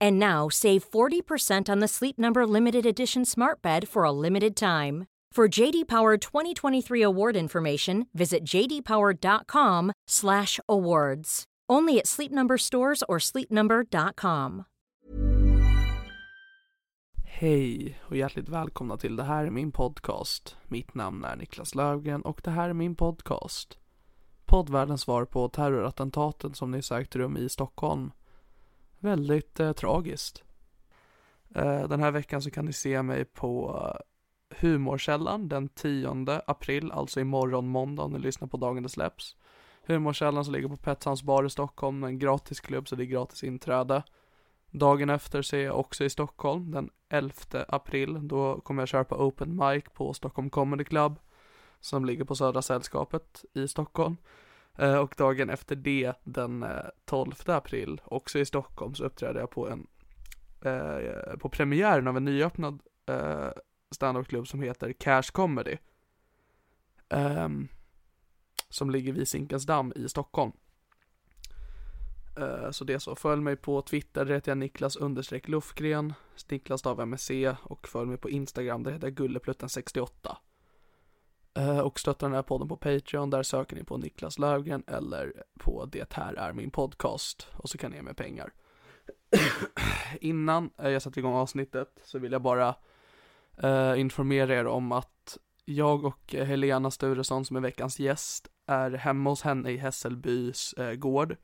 And now save 40% on the Sleep Number limited edition smart bed for a limited time. For JD Power 2023 award information, visit jdpower.com/awards. Only at Sleep Number stores or sleepnumber.com. Hej och hjärtligt välkomna till Det här är min podcast. Mitt namn är Niklas Löfgren och det här är min podcast. Poddvärldens svar på terrorattentaten som nyss ägt rum i Stockholm. Väldigt eh, tragiskt. Eh, den här veckan så kan ni se mig på eh, Humorkällan den 10 april, alltså imorgon måndag om ni lyssnar på dagen det släpps. Humorkällan som ligger på Petsans bar i Stockholm, en gratisklubb så det är gratis inträde. Dagen efter så är jag också i Stockholm den 11 april. Då kommer jag köra på open mic på Stockholm Comedy Club som ligger på Södra Sällskapet i Stockholm. Eh, Och dagen efter det, den eh, 12 april, också i Stockholm, så uppträder jag på en eh, på premiären av en nyöppnad eh, standupklubb som heter Cash Comedy. Ehm, som ligger vid Zinkensdamm i Stockholm. Eh, Så det är så. Följ mig på Twitter, där heter jag Niklas understreck Lufgren. Niklas stav med C och följ mig på Instagram, där heter jag Gulleplutten68. Eh, Och stötta den här podden på Patreon, där söker ni på Niklas Löfgren eller på Det här är min podcast. Och så kan ni ge mig pengar. Innan eh, jag sätter igång avsnittet så vill jag bara eh, informera er om att jag och Helena Sturesson som är veckans gäst är hemma hos henne i Hässelbys eh, gård.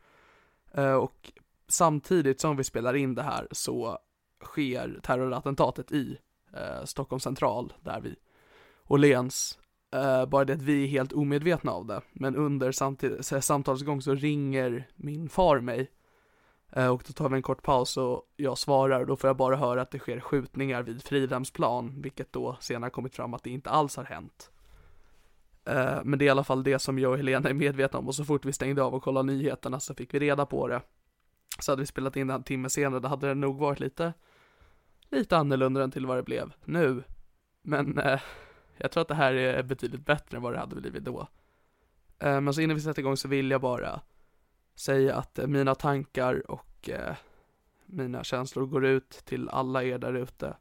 Eh, och samtidigt som vi spelar in det här så sker terrorattentatet i eh, Stockholm central, där vi Åhléns. Eh, bara det att vi är helt omedvetna av det. Men under samtid- så här, samtalets gång så ringer min far mig. Eh, och då tar vi en kort paus och jag svarar och då får jag bara höra att det sker skjutningar vid Fridhemsplan. Vilket då senare kommit fram att det inte alls har hänt. Eh, men det är i alla fall det som jag och Helena är medvetna om och så fort vi stängde av och kollade nyheterna så fick vi reda på det. Så hade vi spelat in det en timme senare, då hade det nog varit lite, lite annorlunda än till vad det blev nu. Men eh, jag tror att det här är betydligt bättre än vad det hade blivit då. Eh, Men så innan vi sätter igång så vill jag bara säga att eh, mina tankar och eh, mina känslor går ut till alla er där ute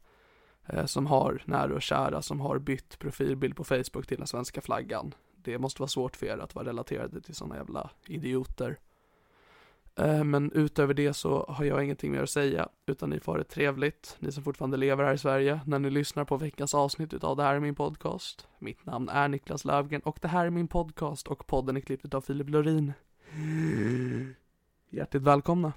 eh, som har nära och kära som har bytt profilbild på Facebook till den svenska flaggan. Det måste vara svårt för er att vara relaterade till sådana jävla idioter. Eh, Men utöver det så har jag ingenting mer att säga, utan ni får ha det trevligt, ni som fortfarande lever här i Sverige, när ni lyssnar på veckans avsnitt utav Det här är min podcast. Mitt namn är Niklas Löfgren och det här är min podcast och podden är klippt av Filip Lorin. Hjärtligt välkomna!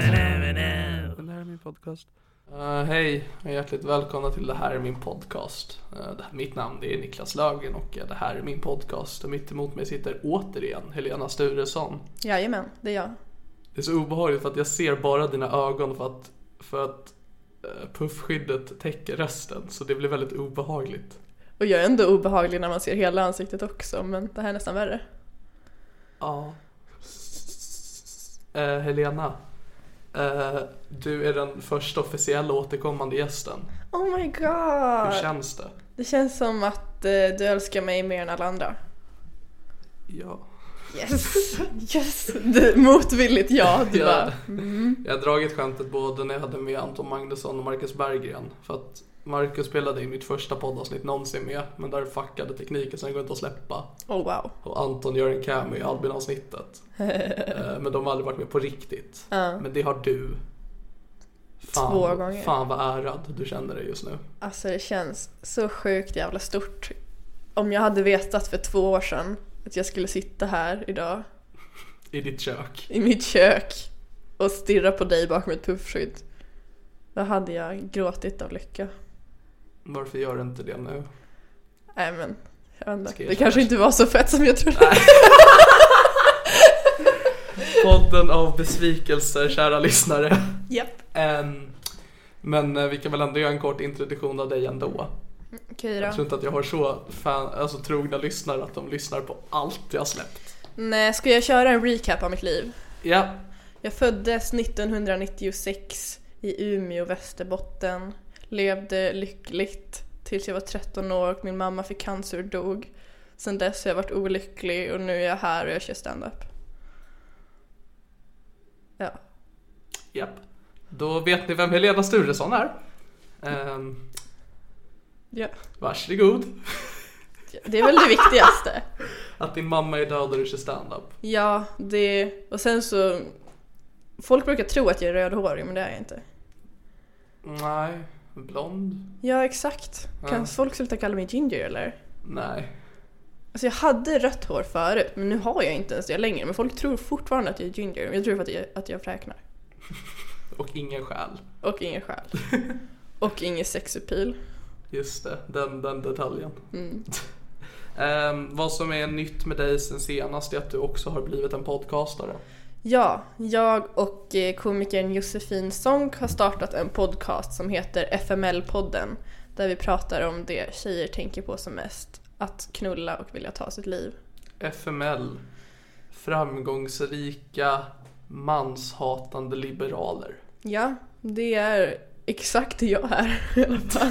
Det här är min podcast. Eh, hej och hjärtligt välkomna till Det här är min podcast. Eh, det här, mitt namn det är Niklas Löfgren och eh, det här är min podcast. Och mitt emot mig sitter återigen Helena Sturesson. Jajamän, det är jag. Det är så obehagligt för att jag ser bara dina ögon för att, för att eh, puffskyddet täcker resten så det blir väldigt obehagligt. Och jag är ändå obehaglig när man ser hela ansiktet också men det här är nästan värre. Ja. Eh, Helena. Eh, du är den första officiella återkommande gästen. Oh my Hur god! känns det? Det känns som att eh, du älskar mig mer än alla andra. Ja. Yes! yes! Du, motvilligt ja, du Ja. bara Mm. Jag har dragit skämtet både när jag hade med Anton Magnusson och Marcus Berggren. För att Marcus spelade i mitt första poddavsnitt någonsin med, men där fuckade tekniken så den går inte att släppa. oh wow. Och Anton gör en cameo i Albin-avsnittet. Eh, men de har aldrig varit med på riktigt. Ja. Men det har du. Fan, Två gånger. Fan vad ärad du känner dig just nu. Alltså det känns så sjukt jävla stort. Om jag hade vetat för två år sedan att jag skulle sitta här idag I ditt kök. i mitt kök och stirra på dig bakom ett puffskydd. Då hade jag gråtit av lycka. Varför gör du inte det nu? Nej men, jag vet Ska inte. jag Det köra? kanske inte var så fett som jag trodde. Podden av besvikelser, kära lyssnare. Japp. Ehm, men eh, vi kan väl ändå göra en kort introduktion av dig ändå. Okej Jag då. tror inte att jag har så fan, alltså, trogna lyssnare att de lyssnar på allt jag har släppt. Nej, ska jag köra en recap av mitt liv? Ja, Jag föddes 1996 i Umeå, Västerbotten. Levde lyckligt tills jag var 13 år och min mamma fick cancer och dog. Sen dess har jag varit olycklig och nu är jag här och jag kör stand-up. Ja. japp. Då vet ni vem Helena Sturesson är. Um, ja. varsågod. Det är väl det viktigaste. Att din mamma är död och du kör standup. Ja, det... Och sen så... Folk brukar tro att jag är rödhårig, men det är jag inte. Nej. Blond? Ja, exakt. Kan Ja. folk sluta kalla mig ginger eller? Nej. Alltså jag hade rött hår förut, men nu har jag inte ens det längre. Men folk tror fortfarande att jag är ginger. Men jag tror för att jag, att jag fräknar. Och ingen själ. Och ingen själ. Och ingen sexappeal. Just det, den, den detaljen. Ehm, vad som är nytt med dig sen senast är att du också har blivit en podcastare. Ja, jag och eh, komikern Josefin Sonck har startat en podcast som heter FML-podden. Där vi pratar om det tjejer tänker på som mest. Att knulla och vilja ta sitt liv. FML. Framgångsrika manshatande liberaler. Ja, det är exakt det jag är i alla fall.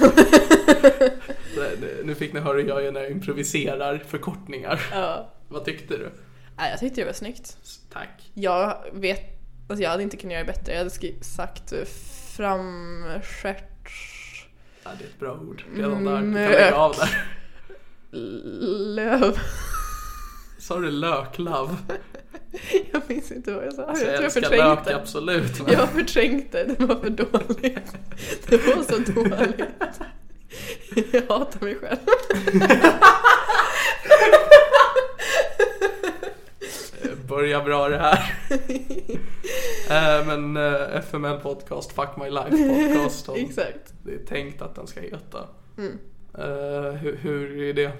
Det- det- Nu fick ni höra hur jag gör när jag improviserar förkortningar. Ja. Vad tyckte du? Nej, jag tyckte det var snyggt. S- Tack. Jag vet, alltså jag hade inte kunnat göra det bättre. Jag hade skri- sagt eh, framstjärt... Ja, det är ett bra ord. Redan där. Mm, Du kan lägga Mök. av där. löv. Sa du löklav? Jag minns inte vad jag sa. Jag Så tror Alltså, jag älskar förträngt lök, det. absolut. Jag har förträngt det. Det var för dåligt. Det var så dåligt. Jag hatar mig själv. Eh, Börja bra det här. Eh, Men eh, FML podcast, Fuck My Life podcast. om- Exakt. Det är tänkt att den ska heta. Mm. Eh, hur, hur är det?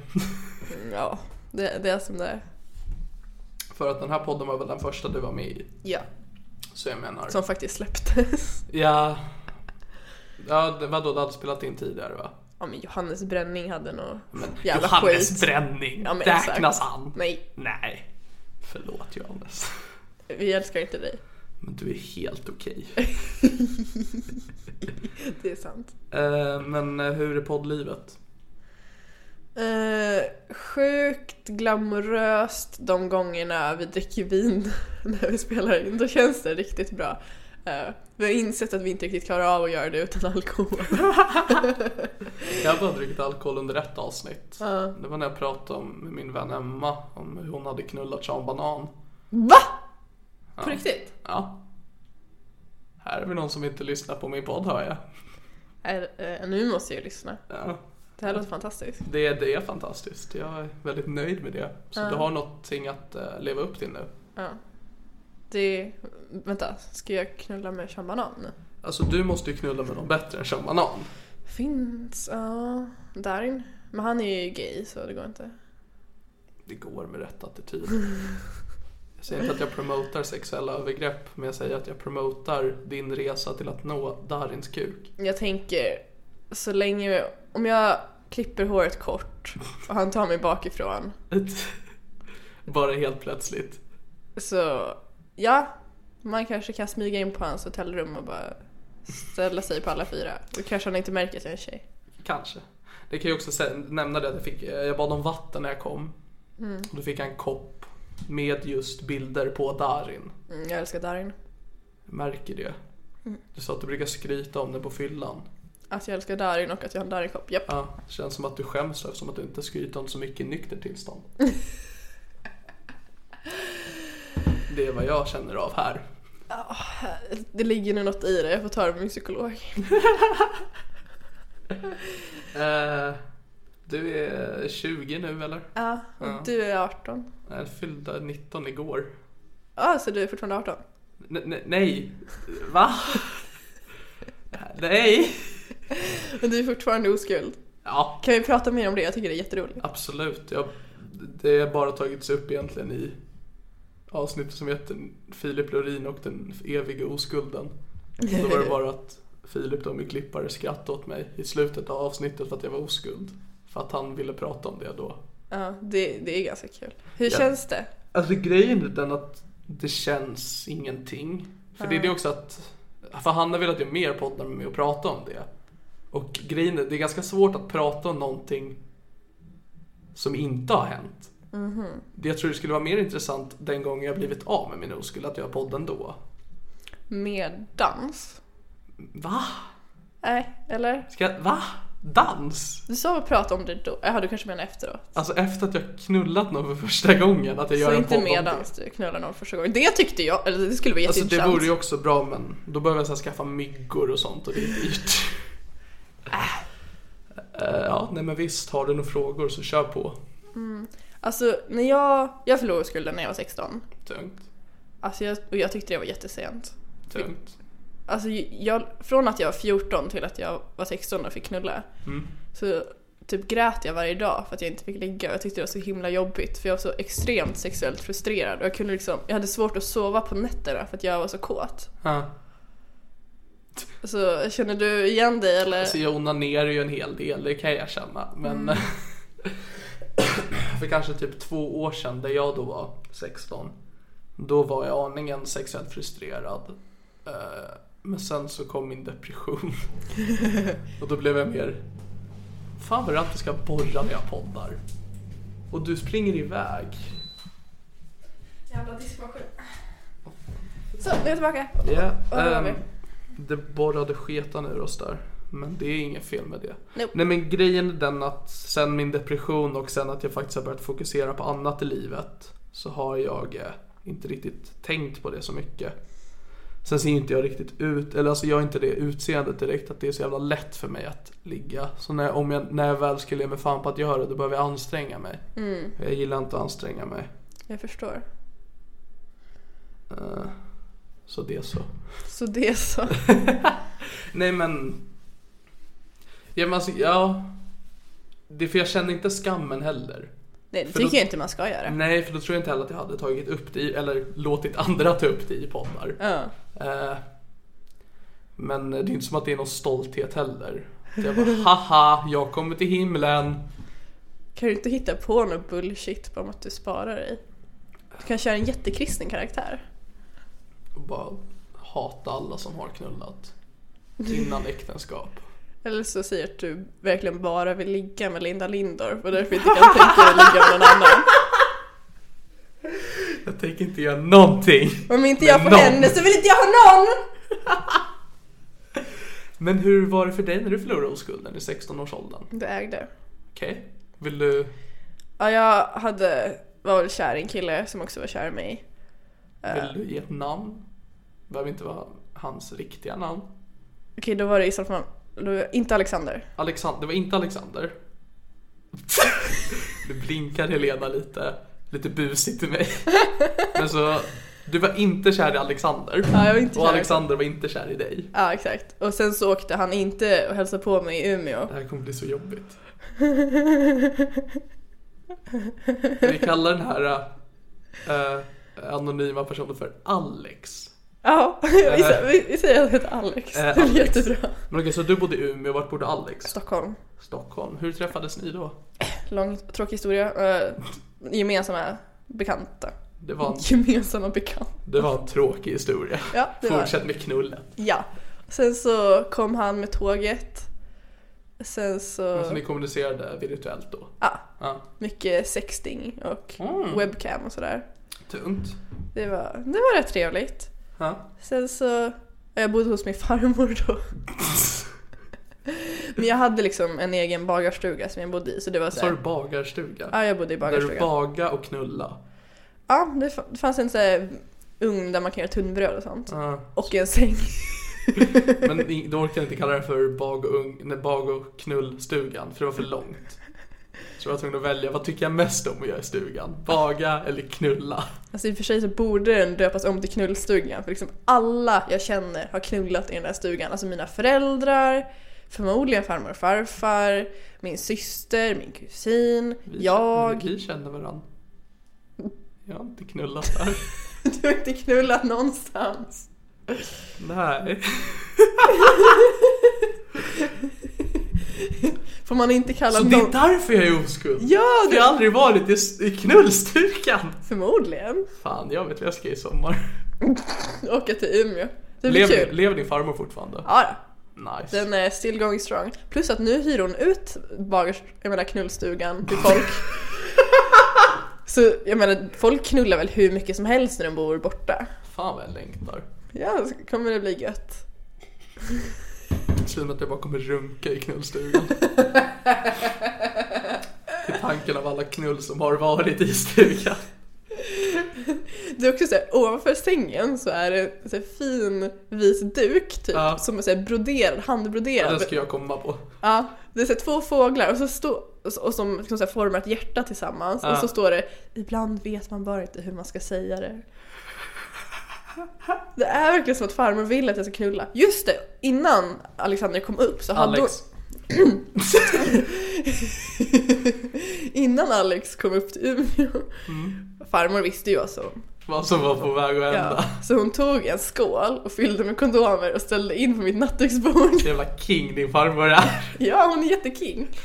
Ja, det, det är som det är. För att den här podden var väl den första du var med i. Ja, Så jag menar. som faktiskt släpptes. Ja. Ja, det- vadå, du hade spelat in tidigare va? Ja men Johannes Bränning hade nog Men jävla Johannes skit. Bränning, Ja, men exakt. räknas han? Nej, Nej. Förlåt Johannes. vi älskar inte dig. Men du är helt okej. Det är sant. Eh, men eh, hur är poddlivet? Eh, sjukt glamoröst de gångerna vi dricker vin när vi spelar in. Då känns det riktigt bra. Eh, vi har insett att vi inte riktigt klarar av att göra det utan alkohol. Jag har bara druckit alkohol under ett avsnitt. Ja. Det var när jag pratade om med min vän Emma om hur hon hade knullat Sean Banan. Va? Ja. På riktigt? Ja. Här är vi någon som inte lyssnar på min podd hör jag. Är- eh, nu måste jag ju lyssna. Ja. Det här låter fantastiskt. Det, det är fantastiskt. Jag är väldigt nöjd med det. Så Ja. du har någonting att eh, leva upp till nu. Ja. Det... Vänta, ska jag knulla med Sean Banan nu? Alltså du måste ju knulla med någon bättre än Sean Banan. Finns... Ja... Darin. Men han är ju gay så det går inte. Det går med rätt attityd. Jag säger inte att jag promotar sexuella övergrepp, men jag säger att jag promotar din resa till att nå Darins kuk. Jag tänker, så länge, om jag klipper håret kort och han tar mig bakifrån Bara helt plötsligt. så ja, man kanske kan smyga in på hans hotellrum och bara ställa sig på alla fyra. Då kanske han inte märker att jag är en tjej. Kanske. Det kan jag också sä- nämna det att jag, fick, eh, jag bad om vatten när jag kom. Och då fick jag en kopp med just bilder på Darin. Mm, jag älskar Darin. Jag märker det. Du sa att du brukar skryta om det på fyllan. Att jag älskar Darin och att jag har en Darin-kopp. Japp. Ja, det känns som att du skäms eftersom att du inte skryter om så mycket i nykter tillstånd. det är vad jag känner av här. Det ligger nog något i det, jag får ta det med min psykolog. Eh, du är 20 nu eller? Ja, och du är 18. Jag fyllde 19 igår. Ja, så du är fortfarande 18? N- n- nej! Va? nej! Men du är fortfarande oskuld. Ja, Kan vi prata mer om det? Jag tycker det är jätteroligt. Absolut. Jag, det har bara tagits upp egentligen i avsnittet som heter Filip Lorin och den eviga oskulden. Då var det bara att Filip då, min klippare, skrattade åt mig i slutet av avsnittet för att jag var oskuld. För att han ville prata om det då. Ja, det, det är ganska kul. Hur Ja. känns det? Alltså grejen är den att det känns ingenting. För det är det också att, för Hanna vill att jag mer poddar med mig och prata om det. Och grejen är, det är ganska svårt att prata om någonting som inte har hänt. Mhm. Det jag tror det skulle vara mer intressant den gången jag blivit av med min oskuld, att jag har podden då. Med dans? Va? Nej, eller? Ska jag, va? Dans? Du sa att prata om det då? Jaha, du kanske menar efteråt? Alltså efter att jag knullat någon för första gången, att jag gör så en inte podd om med det. dans, du knullar någon första gången. Det tyckte jag, eller det skulle vara Alltså det jätteintressant. vore ju också bra men då behöver jag så här skaffa myggor och sånt och det är dyrt. Eh, ja, nej men visst, har du några frågor så kör på. Alltså, när jag, jag förlorade skulden när jag var 16. Tungt, Alltså jag, och jag tyckte det var jättesent. tungt. Alltså jag, från att jag var 14 till att jag var 16 och fick knulla. Mm. Så typ grät jag varje dag för att jag inte fick ligga. Jag tyckte det var så himla jobbigt för jag var så extremt sexuellt frustrerad. Och jag, kunde liksom, jag hade svårt att sova på nätterna för att jag var så kåt. Ja. Så känner du igen dig eller? Alltså jag onanerar ju en hel del, det kan jag erkänna. Men för kanske typ två år sedan, där jag då var 16, då var jag aningen sexuellt frustrerad. Eh, Men sen så kom min depression. Och då blev jag mer, fan vad du alltid ska borra när jag poddar. Och du springer iväg. Jävla diskmaskin. Så, nu är jag tillbaka. Ja, Vad var ehm, vi? det borrade sketan ur oss där. Men det är inget fel med det. Nope. Nej men grejen är den att sen min depression och sen att jag faktiskt har börjat fokusera på annat i livet så har jag eh, inte riktigt tänkt på det så mycket. Sen ser ju inte jag riktigt ut, eller alltså jag är inte det utseendet direkt att det är så jävla lätt för mig att ligga. Så när, om jag, när jag väl skulle ge mig fan på att göra det då behöver jag anstränga mig. Mm. Jag gillar inte att anstränga mig. Jag förstår. Eh, Så det är så. Så det är så. Nej men... Ja, men alltså, ja. Det är för jag känner inte skammen heller. Nej, det För då- tycker jag inte man ska göra. Nej, för då tror jag inte heller att jag hade tagit upp det i, eller låtit andra ta upp det i poddar. Ja. Eh, men det är inte som att det är någon stolthet heller. Att Jag bara haha, jag kommer till himlen. Kan du inte hitta på något bullshit om att du sparar dig? Du kan köra en jättekristen karaktär. Och bara hata alla som har knullat. Innan äktenskap. Eller så säger att du verkligen bara vill ligga med Linda Lindorff och därför inte kan tänka dig att ligga med någon annan. Jag tänker inte göra någonting. Om inte jag får någon. henne så vill inte jag ha någon! Men hur var det för dig när du förlorade oskulden i 16-årsåldern? Du ägde. Okej, vill du Ja, jag hade, var väl kär i en kille som också var kär i mig. Eh. Vill du ge ett namn? Det behöver inte vara hans riktiga namn. Okej, då var det i så fall då- inte Alexander. Alexander, det var inte Alexander. Du blinkar Helena lite, lite busigt till mig. Men så, du var inte kär i Alexander. Ja, jag var inte och kär i- Alexander var inte kär i dig. Ja, exakt. Och sen så åkte han inte och hälsade på mig i Umeå. Det här kommer bli så jobbigt. Vi kallar den här... eh, anonyma personen för Alex. Ja, vi, sä- vi, vi säger att det heter Alex. Eh, det blir Alex. jättebra. Men okej, så du bodde i Umeå, vart bodde Alex? Stockholm. Stockholm. Hur träffades ni då? Lång tråkig historia. Eh, gemensamma bekanta. Det var en, Gemensamma bekanta. det var en tråkig historia. Ja, det var Fortsätt med knullen. Ja. Sen så kom han med tåget. Sen så... Så ni kommunicerade virtuellt då? Ja, Ja. mycket sexting och Mm. webcam och sådär. Tungt. Det var, det var rätt trevligt. Ja. Sen så... Jag bodde hos min farmor då. Men jag hade liksom en egen bagarstuga som jag bodde i så det var Så har du såhär... bagarstuga? Ja, jag bodde i Där du bagarstugan. baga och knulla. Ja, det fa- det fanns en sån här ugn där man kan göra tunnbröd och sånt. Ja. Och en säng. Men ni- du orkar inte kalla det för bag och, ung, nej, bag och knullstugan, för det var för långt. Så jag var tvungen att välja, vad tycker jag mest om att göra i stugan? Baga eller knulla? Alltså i och för sig så borde den döpas om till knullstugan för liksom alla jag känner har knullat i den där stugan. Alltså mina föräldrar, förmodligen farmor och farfar, min syster, min kusin, Vi, jag. Vi känner varandra. Jag har inte knullat här. Du har inte knullat någonstans. Nej. Får man inte kalla Så det är någon... därför jag är oskuld? Ja, För det jag har aldrig varit i, s- i knullstugan! Förmodligen. Fan, jag vet vad jag ska i sommar. Åka till Umeå. Det blir Lever, kul. lever din farmor fortfarande? Ja, då. Nice. den är still going strong. Plus att nu hyr hon ut bagers, jag menar knullstugan till folk. Så jag menar, folk knullar väl hur mycket som helst när de bor borta. Fan vad jag längtar. Ja, så kommer det bli gött. Sluta med att jag bara kommer runka i knullstugan. Till tanken av alla knull som har varit i stugan. Det är också så här, ovanför sängen så är det en så här fin vit duk typ, Ja. som är så här broderad, handbroderad. Den ska jag komma på. Ja, det är så här två fåglar och, så stå, och som liksom så här formar ett hjärta tillsammans och Ja. så står det “Ibland vet man bara inte hur man ska säga det”. Det är verkligen som att farmor vill att jag ska knulla. Just det! Innan Alexander kom upp så hade Alex. hon... Innan Alex kom upp till Umeå. Mm. Farmor visste ju vad som... Vad som var på väg att hända. Ja. Så hon tog en skål och fyllde med kondomer och ställde in på mitt nattduksbord. Jävla king din farmor är. Ja, hon är jätteking.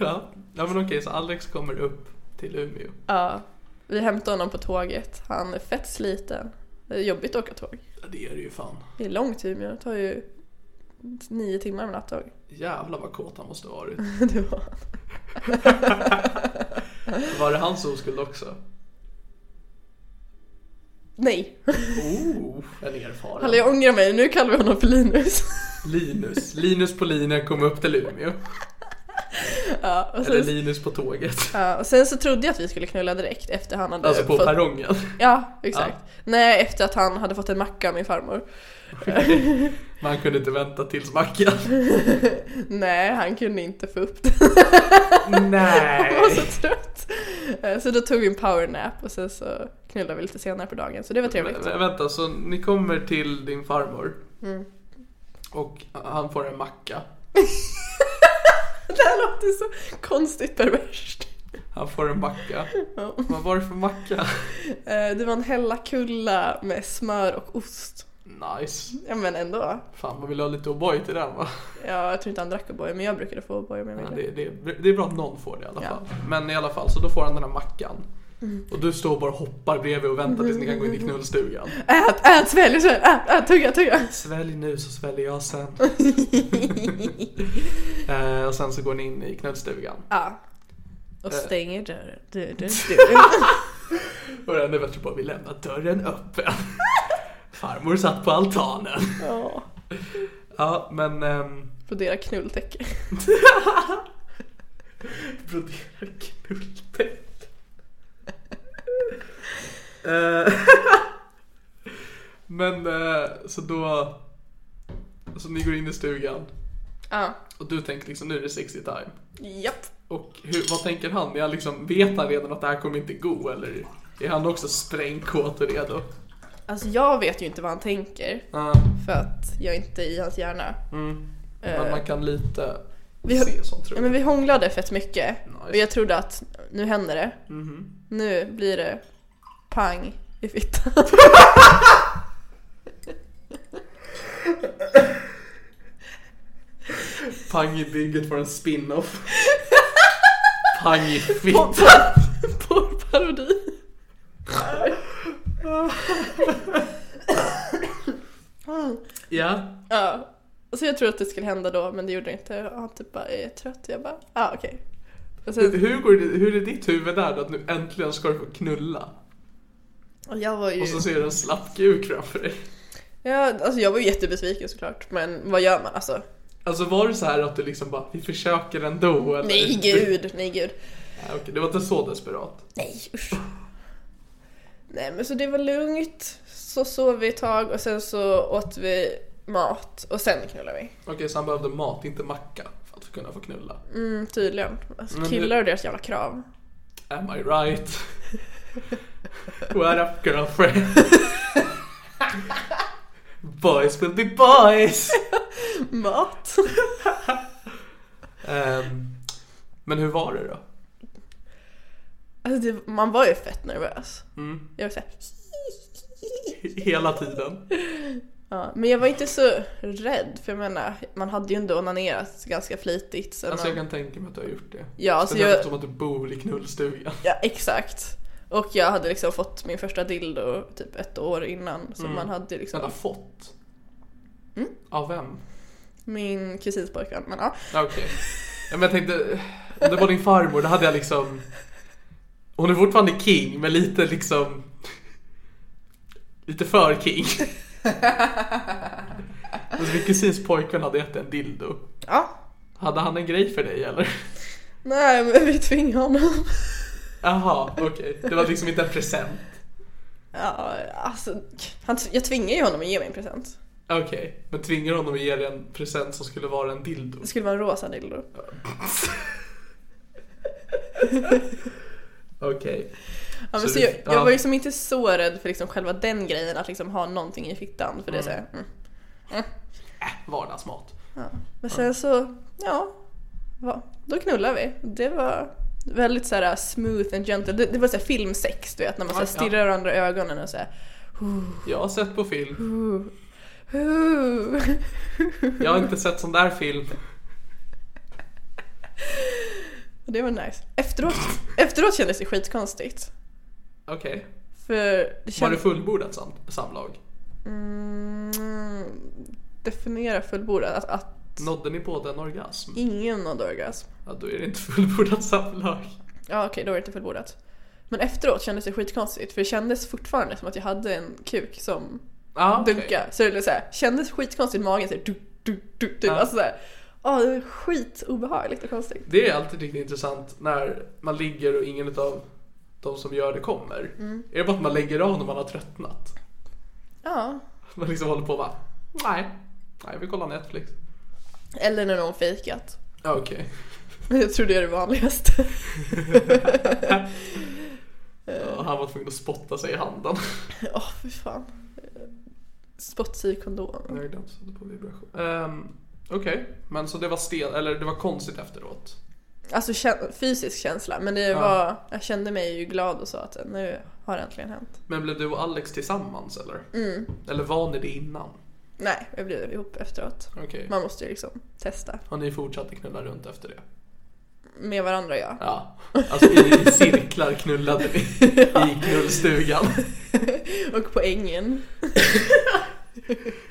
Ja, ja men okej, så Alex kommer upp till Umeå. Ja, vi hämtade honom på tåget. Han är fett sliten. Det är jobbigt att åka tåg. Ja, det är det ju fan. Det är långt till Umeå. Det tar ju nio timmar med nattåg. Jävlar vad kåt han måste ha varit. Det var han. Var det hans oskuld också? Nej! Oh, en erfaren. Hallå, jag ångrar mig. Nu kallar vi honom för Linus. Linus. Linus på linjen kom upp till Umeå. Ja, och Eller sen, Linus på tåget. ja, och sen så trodde jag att vi skulle knulla direkt efter han hade Alltså på fått... perrongen. Ja, exakt. Nej, efter att han hade fått en macka av min farmor. Man kunde inte vänta tills mackan. Nej, han kunde inte få upp den. Han var Nej. så trött. Eh, Så då tog vi en powernap och sen så knullade vi lite senare på dagen. Så det var trevligt. Mm. Vä- vänta, så ni kommer till din farmor. Och han får en macka. Det här låter så konstigt perverst. Han får en macka. Ja. Vad var det för macka? Eh, Det var en hellakulla med smör och ost. Nice. Ja men ändå. Fan, man vill ha lite O'boy till den va? Ja, jag tror inte han drack O'boy men jag brukade få O'boy om jag Ja, ville. det, det, det är bra att någon får det i alla Ja. Mm. fall. Men i alla fall, så då får han den här mackan. Och du står och bara hoppar bredvid och väntar tills ni kan gå in i knullstugan. Ät, ät, svälj, svälj, ät, ät, tugga, tugga. Svälj nu så sväljer jag sen. eh, och sen så går ni in i knullstugan. Ja. Och Eh. stänger dörren. Du, du, du. Och den är bättre på att vi lämnar dörren öppen. Farmor satt på altanen. Ja. Ja, men... ehm, Brodera knulltäcke. brodera knulltäck. Eh, men eh, så då... Så ni går in i stugan Ja. och du tänker liksom nu är det 60 time. Japp. Och hur, vad tänker han? Är han liksom, vet han redan att det här kommer inte gå eller är han också sprängkåt och redo? Alltså jag vet ju inte vad han tänker Ja, för att jag är inte i hans hjärna. men man kan lite Eh, Vi, hå- se sånt tror jag. ja, men vi hånglade fett mycket. Nice. Och jag trodde att nu händer det. Mhm. Nu blir det pang i fittan. Pang i bygget var en spin-off. Pang i fitt. Porrparodi. Ja. Ja. Alltså jag trodde att det skulle hända då men det gjorde det inte. Ja, Han typ bara, jag är trött. Jag bara, ja ah, okej. Och Hur, sen- hur, går det, hur är ditt huvud där då? Att nu äntligen ska du få knulla? Och jag var ju... Och så ser du en slapp kuk framför dig. Ja, alltså jag var ju jättebesviken såklart. Men vad gör man alltså? Alltså var det så här att du liksom bara, vi försöker ändå? Eller? Nej gud, nej gud. Ja, okej, det var inte så desperat. Nej usch. Nej men så det var lugnt. Så sov vi ett tag och sen så åt vi mat och sen knullade vi. Okej, så han behövde mat, inte macka, för att kunna få knulla. Mm, tydligen. Alltså, Men killar och deras jävla krav. Am I right? What up girlfriend? boys will be boys! Mat? Ehm, men hur var det då? Alltså det, man var ju fett nervös. Mm. Jag var så här, Hela tiden? ja. Men jag var inte så rädd för jag menar, man hade ju ändå onanerat ganska flitigt. Så Alltså man, jag kan tänka mig att du har gjort det. Ja, alltså Speciellt jag- eftersom att du bor i knullstugan. Ja exakt. Och jag hade liksom fått min första dildo typ ett år innan. Mm. Så man hade liksom Vänta, fått? Mm. Av vem? min kusins pojkvän. Men ja. Ja, Okej. Ja, men jag tänkte, om det var din farmor, då hade jag liksom... Hon är fortfarande king, men lite liksom... Lite för king. Alltså, min kusins pojkvän hade gett dig en dildo. ja. Hade han en grej för dig eller? Nej men vi tvingade honom. Jaha, okej. Det var liksom inte en present. Ja, alltså, han, jag tvingade ju honom att ge mig en present. Okej, men tvingar honom att ge dig en present som skulle vara en dildo? Det skulle vara en rosa dildo. Okej. Ja, men Så så du- jag, jag ja. var liksom inte så rädd för liksom själva den grejen, att liksom ha någonting i fickan. För det är så här, mm. Äh, Vardagsmat. ja. Men sen så, ja, va, då knullade vi. Det var väldigt så här uh, smooth and gentle. Det, det var så här filmsex, du vet, när man så här Ja, ja. stirrar varandra i ögonen och så här, Jag har sett på film. "Ooh." Jag har inte sett sån där film. Och Det var nice. Efteråt, efteråt kändes det skitkonstigt. Okej. För det Var kändes... det fullbordat sam samlag? Mm, definiera fullbordat. Att, att Nådde ni båda en orgasm? ingen nådde orgasm. Ja, då är det inte fullbordat samlag. Ja okej, då är det inte fullbordat. Men efteråt kändes det skitkonstigt för det kändes fortfarande som att jag hade en kuk som Ah, okej. dunkade. Så det blev så här, kändes skitkonstigt i magen. Så här, du, du, du, typ. Ja. Alltså så här, ja, det var skitobehagligt och konstigt. Det är alltid riktigt intressant när man ligger och ingen av de som gör det kommer. Är det bara att man lägger av när man har tröttnat? Ja. Man liksom håller på och bara, nej, nej vi kollar Netflix. Eller när någon fejkat. Ja, Okej. Jag tror det är det vanligaste. Ja, han var tvungen att spotta sig i handen. Åh, fy fan. Spotts i kondom. Jag har glömt sätta på vibration. Ehm, Okej, men så det var stel, eller det var konstigt efteråt. Alltså kä- fysisk känsla, men det var, jag kände mig ju glad och sa att nu har det äntligen hänt. Men blev du och Alex tillsammans eller? Eller var ni det innan? Nej, vi blev ihop efteråt. Okej. Man måste ju liksom testa. Har ni fortsatt att knulla runt efter det? Med varandra ja. Ja. Alltså i, i cirklar knullade vi. I knullstugan. Och på ängen.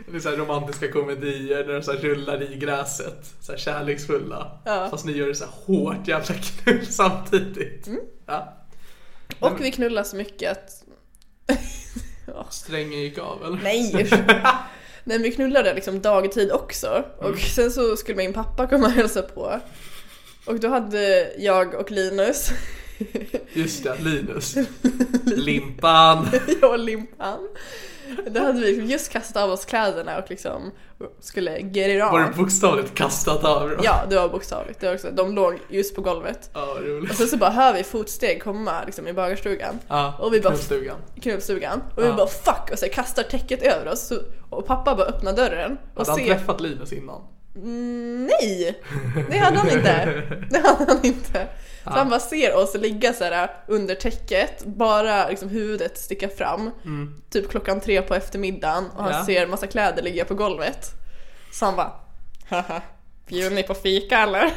Det är så här romantiska komedier där de så här rullar i gräset. Så här kärleksfulla. Ja. Fast ni gör det så här hårt jävla knull samtidigt. Mm. Ja. Och vi knullade så mycket att... Ja, Strängen gick av eller? Nej! usch. Nej vi knullade liksom dagtid också. Och Mm. sen så skulle min pappa komma och hälsa på. Och då hade jag och Linus, Just det, Linus. Limpan. jag och Limpan, då hade vi liksom just kastat av oss kläderna och liksom skulle get it Var on. det bokstavligt kastat av dem? Ja, det var bokstavligt. Det var också, de låg just på golvet. Ja, vad Och roligt. sen så bara hör vi fotsteg komma liksom, i bagarstugan. Ja, Och vi bara- knullstugan. knullstugan och Ja. vi bara fuck och så kastar täcket över oss så, och pappa bara öppnar dörren och Hade han ser träffat Linus innan? Mm, Nej! Det hade han inte. Det hade han inte. Så han bara ser oss ligga så här under täcket, bara liksom huvudet sticka fram. Typ klockan tre på eftermiddagen och han Mm. Ja. ser massa kläder ligga på golvet. Så han bara Haha, bjuder ni på fika eller?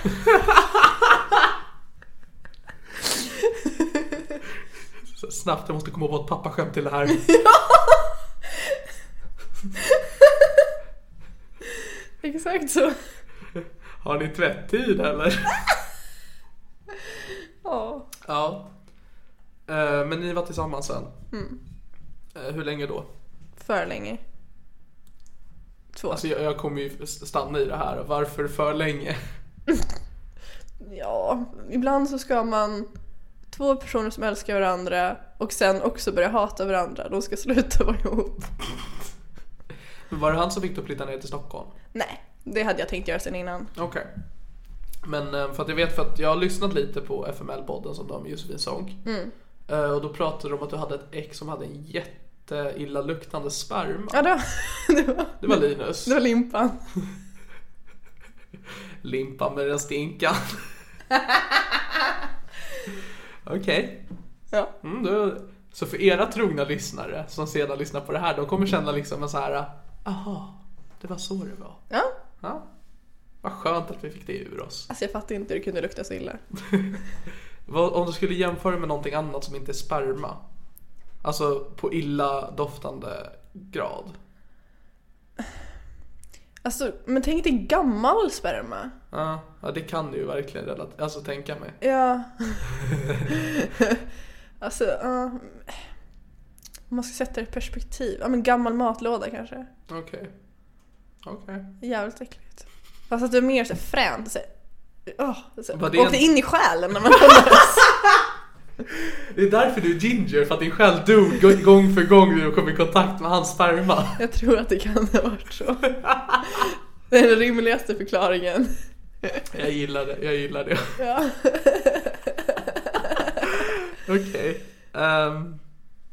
Så Snabbt, jag måste komma på ett pappaskämt till det här. Exakt så. Har ni tvätttid eller? Ja. Ja. Eh, Men ni var tillsammans sen? Mm. Eh, Hur länge då? För länge. Två. Alltså jag, jag kommer ju stanna i det här. Varför för länge? Ja, ibland så ska man två personer som älskar varandra och sen också börja hata varandra. De ska sluta vara ihop. Men Var det han som fick dig att flytta ner till Stockholm? Nej, det hade jag tänkt göra sen innan. Okej. Men eh, för att jag vet för att jag har lyssnat lite på FML-podden som du har med Josefin Sonck. Mm. Eh, Och då pratade de om att du hade ett ex som hade en jätteillaluktande sperma. Ja, det var, det var, Det var Linus. det var limpan. Limpan med den stinkan. Okej. Ja. Mm, då, så för era trogna lyssnare som sedan lyssnar på det här, de kommer känna liksom en så här, aha, det var så det var. ja. Ja. Vad skönt att vi fick det ur oss. Alltså jag fattar inte hur det kunde lukta så illa. Vad, om du skulle jämföra med någonting annat som inte är sperma, alltså på illa doftande grad. Alltså, men tänk dig gammal sperma. Ja, ja det kan du ju verkligen relat- alltså, tänka mig. Ja. alltså, ja. Om man ska sätta det i perspektiv. Ja, men gammal matlåda kanske. Okej. Okej. Jävligt äckligt. Fast att det är mer så här fränt. Så här, åh, så här, Var det åkte en- in i själen när man andades. Det är därför du är ginger, för att din själ dog g- gång för gång när du kom i kontakt med hans sperma. Jag tror att det kan ha varit så. Det är den rimligaste förklaringen. Jag gillar det, jag gillar det. Ja. Okej. Ehm,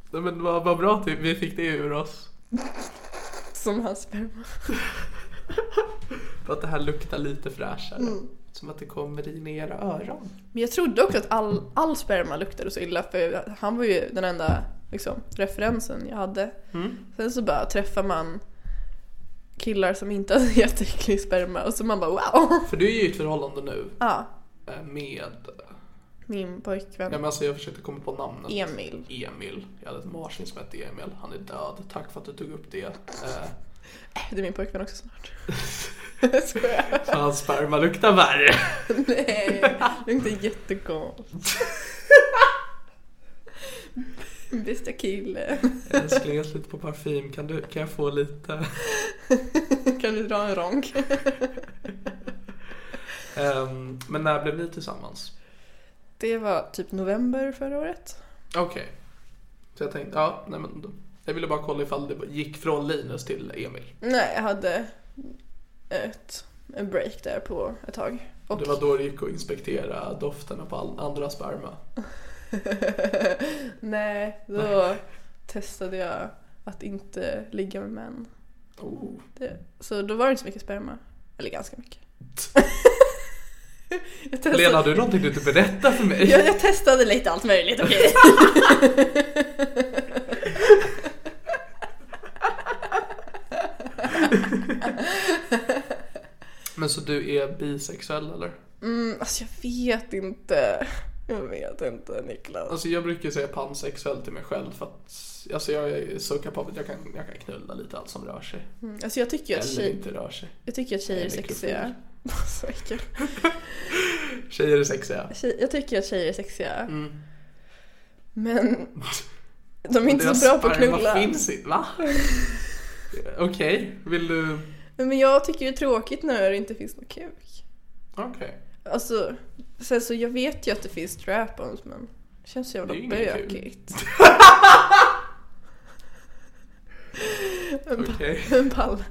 nej men vad, vad bra att vi- vi fick det ur oss. Som hans sperma. För att det här luktar lite fräschare. Som att det kommer in i era öron. Men jag trodde också att all, all sperma luktade så illa för han var ju den enda liksom, referensen jag hade. Mm. Sen så bara träffar man killar som inte hade jätteäcklig sperma och så man bara wow. För du är ju i ett förhållande nu Ja, eh, med... min pojkvän Ja, men alltså jag försökte komma på namnet. Emil. Emil. Jag hade ett marsvin som hette Emil. Han är död. Tack för att du tog upp det. Eh, Det är min pojkvän också snart. Jag skojar. för hans sperma luktar värre. Nej, det luktar jättegott. Bästa killen. Älskling, jag har slut på parfym. Kan, du, kan jag få lite? Kan du dra en ronk? Ehm, men när blev ni tillsammans? Det var typ november förra året. Okej. Så jag tänkte, ja, nej men. då- Jag ville bara kolla ifall det gick från Linus till Emil. Nej, jag hade ett, en break där på ett tag. Och Det var då det gick att inspektera dofterna på all, andra sperma. nej, då testade jag att inte ligga med män. Oh. Det, så då var det inte så mycket sperma. Eller ganska mycket. jag, testade, Lena, har du någonting du inte berättar för mig? jag, jag testade lite allt möjligt, okej. Men så du är bisexuell eller? Mm, alltså jag vet inte. Jag vet inte Niklas. Alltså jag brukar säga pansexuell till mig själv för att alltså jag är så kapabel, jag kan, jag kan knulla lite allt som rör sig. Mm, alltså jag tycker att, Eller tjej, inte rör sig. jag tycker att tjejer är Eller mikrofon. sexiga. Så äckligt. Tjejer är sexiga. Tjej, jag tycker att tjejer är sexiga. Men Mm. de är inte Deras så bra på att sperma knulla. finns inte, va? Okej, vill du... Men jag tycker det är tråkigt när det inte finns någon kuk. Okej. Alltså, sen så jag vet ju att det finns strap-ons men det känns så jävla Det är ju ingen kul. bökigt. Okej. En pall.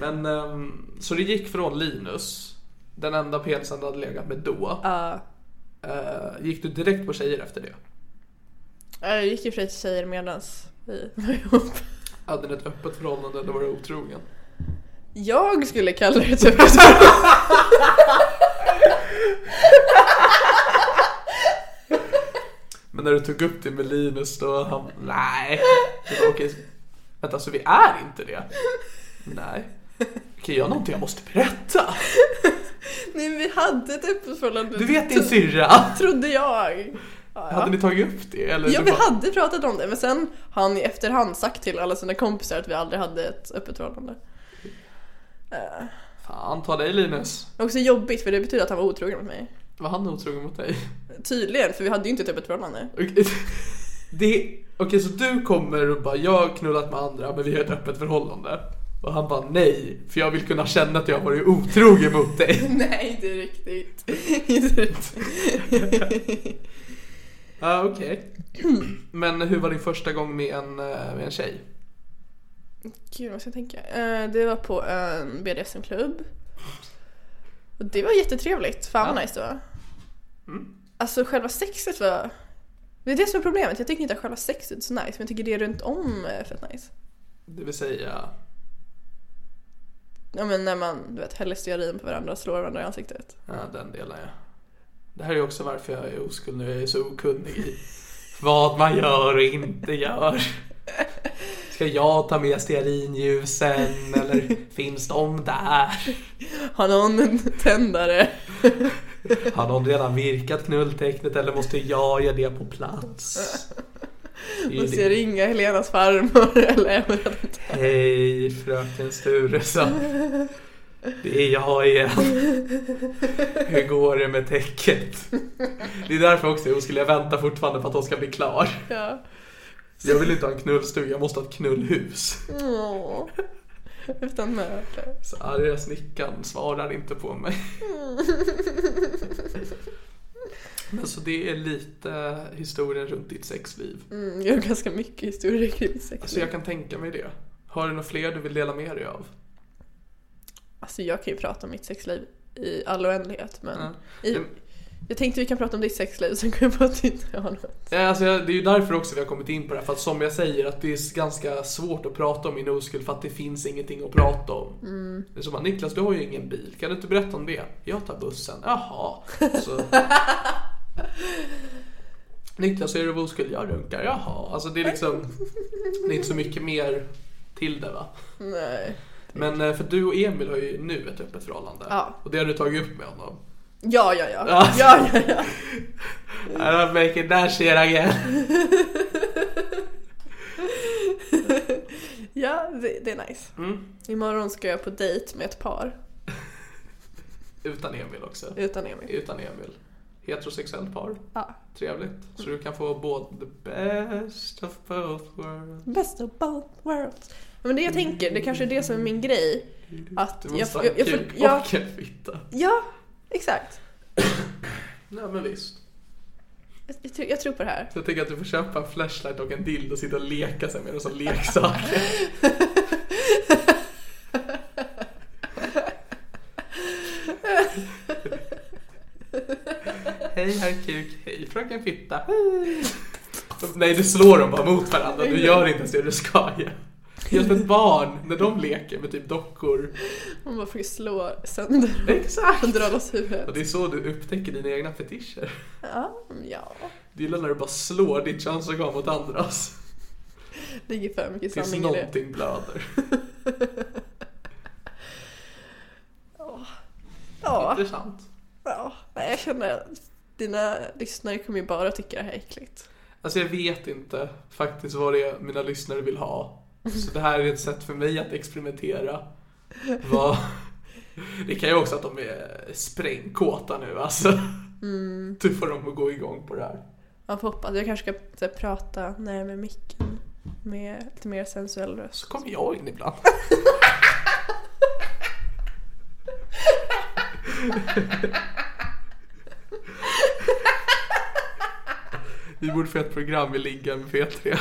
Men ehm, så det gick från Linus, den enda penisen du hade legat med då. Ja. Eh, gick du direkt på tjejer efter det? Jag gick ju för sig till tjejer medans vi var ihop. Hade ni ett öppet förhållande eller var du otrogen? Jag skulle kalla det typ ett Men när du tog upp det med Linus då, han nej. Det var okej. Vänta, så vi är inte det? Nej. Okej, jag har någonting jag måste berätta. Nej men vi hade typ ett förhållande. Du vet din syrra. Trodde jag. Ja, ja. Hade ni tagit upp det? Eller ja du vi bara- hade pratat om det men sen har han i efterhand sagt till alla sina kompisar att vi aldrig hade ett öppet förhållande. Eh, Fan, ta dig Linus. också jobbigt för det betyder att han var otrogen mot mig. Var han otrogen mot dig? Tydligen för vi hade ju inte typ ett öppet förhållande. Okej, det- okej, så du kommer och bara jag har knullat med andra men vi har ett öppet förhållande. Och han bara nej, för jag vill kunna känna att jag har varit otrogen mot dig. Nej inte riktigt. inte riktigt. Ja, okej. Men hur var din första gång med en, eh, med en tjej? Gud vad ska jag tänka. Eh, det var på en BDSM-klubb. Och det var jättetrevligt. Fan vad Ja. nice det var. Alltså själva sexet var... Det är det som är problemet. Jag tycker inte att själva sexet är så nice. Men jag tycker det runt om är fett nice. Det vill säga, Ja men när man du vet, häller stearin på varandra och slår varandra i ansiktet. ja, den delen ja. Det här är också varför jag är oskuld nu, jag är så okunnig i vad man gör och inte gör. Ska jag ta med stearinljusen eller finns de där? Har någon en tändare? Har någon redan virkat knulltecknet eller måste jag göra det på plats? Det är Och det. ska jag ringa Helenas farmor eller är man redan tänd? Hej fröken Sturesson. Det är jag igen. Hur går det med täcket? Det är därför också jag skulle jag vänta fortfarande på att hon ska bli klar. Ja. Jag vill inte ha en knullstuga, jag måste ha ett knullhus. Åh. Utan möbler. Så arga snickaren svarar inte på mig. Mm. Men så det är lite historien runt ditt sexliv. Mm, jag har ganska mycket historier kring sex. Alltså jag kan tänka mig det. Har du några fler du vill dela med dig av? Alltså jag kan ju prata om mitt sexliv i all oändlighet men Mm. i, jag tänkte vi kan prata om ditt sexliv sen kom jag på att inte jag har något. Ja, Alltså, jag- det är ju därför också vi har kommit in på det här, för att som jag säger att det är ganska svårt att prata om min oskuld för att det finns ingenting att prata om. Det är som att Niklas, du har ju ingen bil, kan du inte berätta om det? Jag tar bussen, jaha. Så... Niklas, är du oskuld? Jag runkar, jaha. Alltså det är liksom, det är inte så mycket mer till det va. Nej. Men eh, för du och Emil har ju nu ett öppet förhållande. Ja. Och det har du tagit upp med honom. Ja, ja, ja. Ja. Ja, ja, ja. I don't make it that shit again. Ja, det, det är nice. Mm. Imorgon ska jag på dejt med ett par Utan Emil också. utan Emil. Utan Emil. Heterosexuellt par. Ja. Trevligt. Så du kan få både the best of both worlds. Best of both worlds. Men det jag tänker, det kanske är det som är min grej. Att Du jag, måste jag, ha en jag, jag, kuk får- jag, och en fitta. Ja, exakt. Nej men visst. Jag, jag, tror- jag tror på det här. Så jag tänker att du får köpa en flashlight och en dildo och sitta och leka sen med den som leksaker. hej herr kuk, hej fröken fitta, hej. Nej du slår dem bara mot varandra, du gör inte ens det du ska ju. Just ett barn, när de leker med typ dockor. Man bara försöker slå sönder dem Exakt! och dra loss Och huvudet. det är så du upptäcker dina egna fetischer. Ja, ja. Du gillar när du bara slår ditt könsorgan mot andras. Det ligger för mycket Tills sanning i det. någonting blöder. Ja, Intressant. ja. Nej, jag känner att dina lyssnare kommer ju bara tycka det här är äckligt. Alltså jag vet inte faktiskt vad det är mina lyssnare vill ha. Så det här är ett sätt för mig att experimentera. Vad... Det kan ju också att de är sprängkåta nu alltså. Mm. Du får dem att gå igång på det här. Man får hoppas. Jag kanske ska så här, prata närmare micken med lite mer sensuell röst. Så kommer jag in ibland. Vi borde få ett program i Liggan med P3.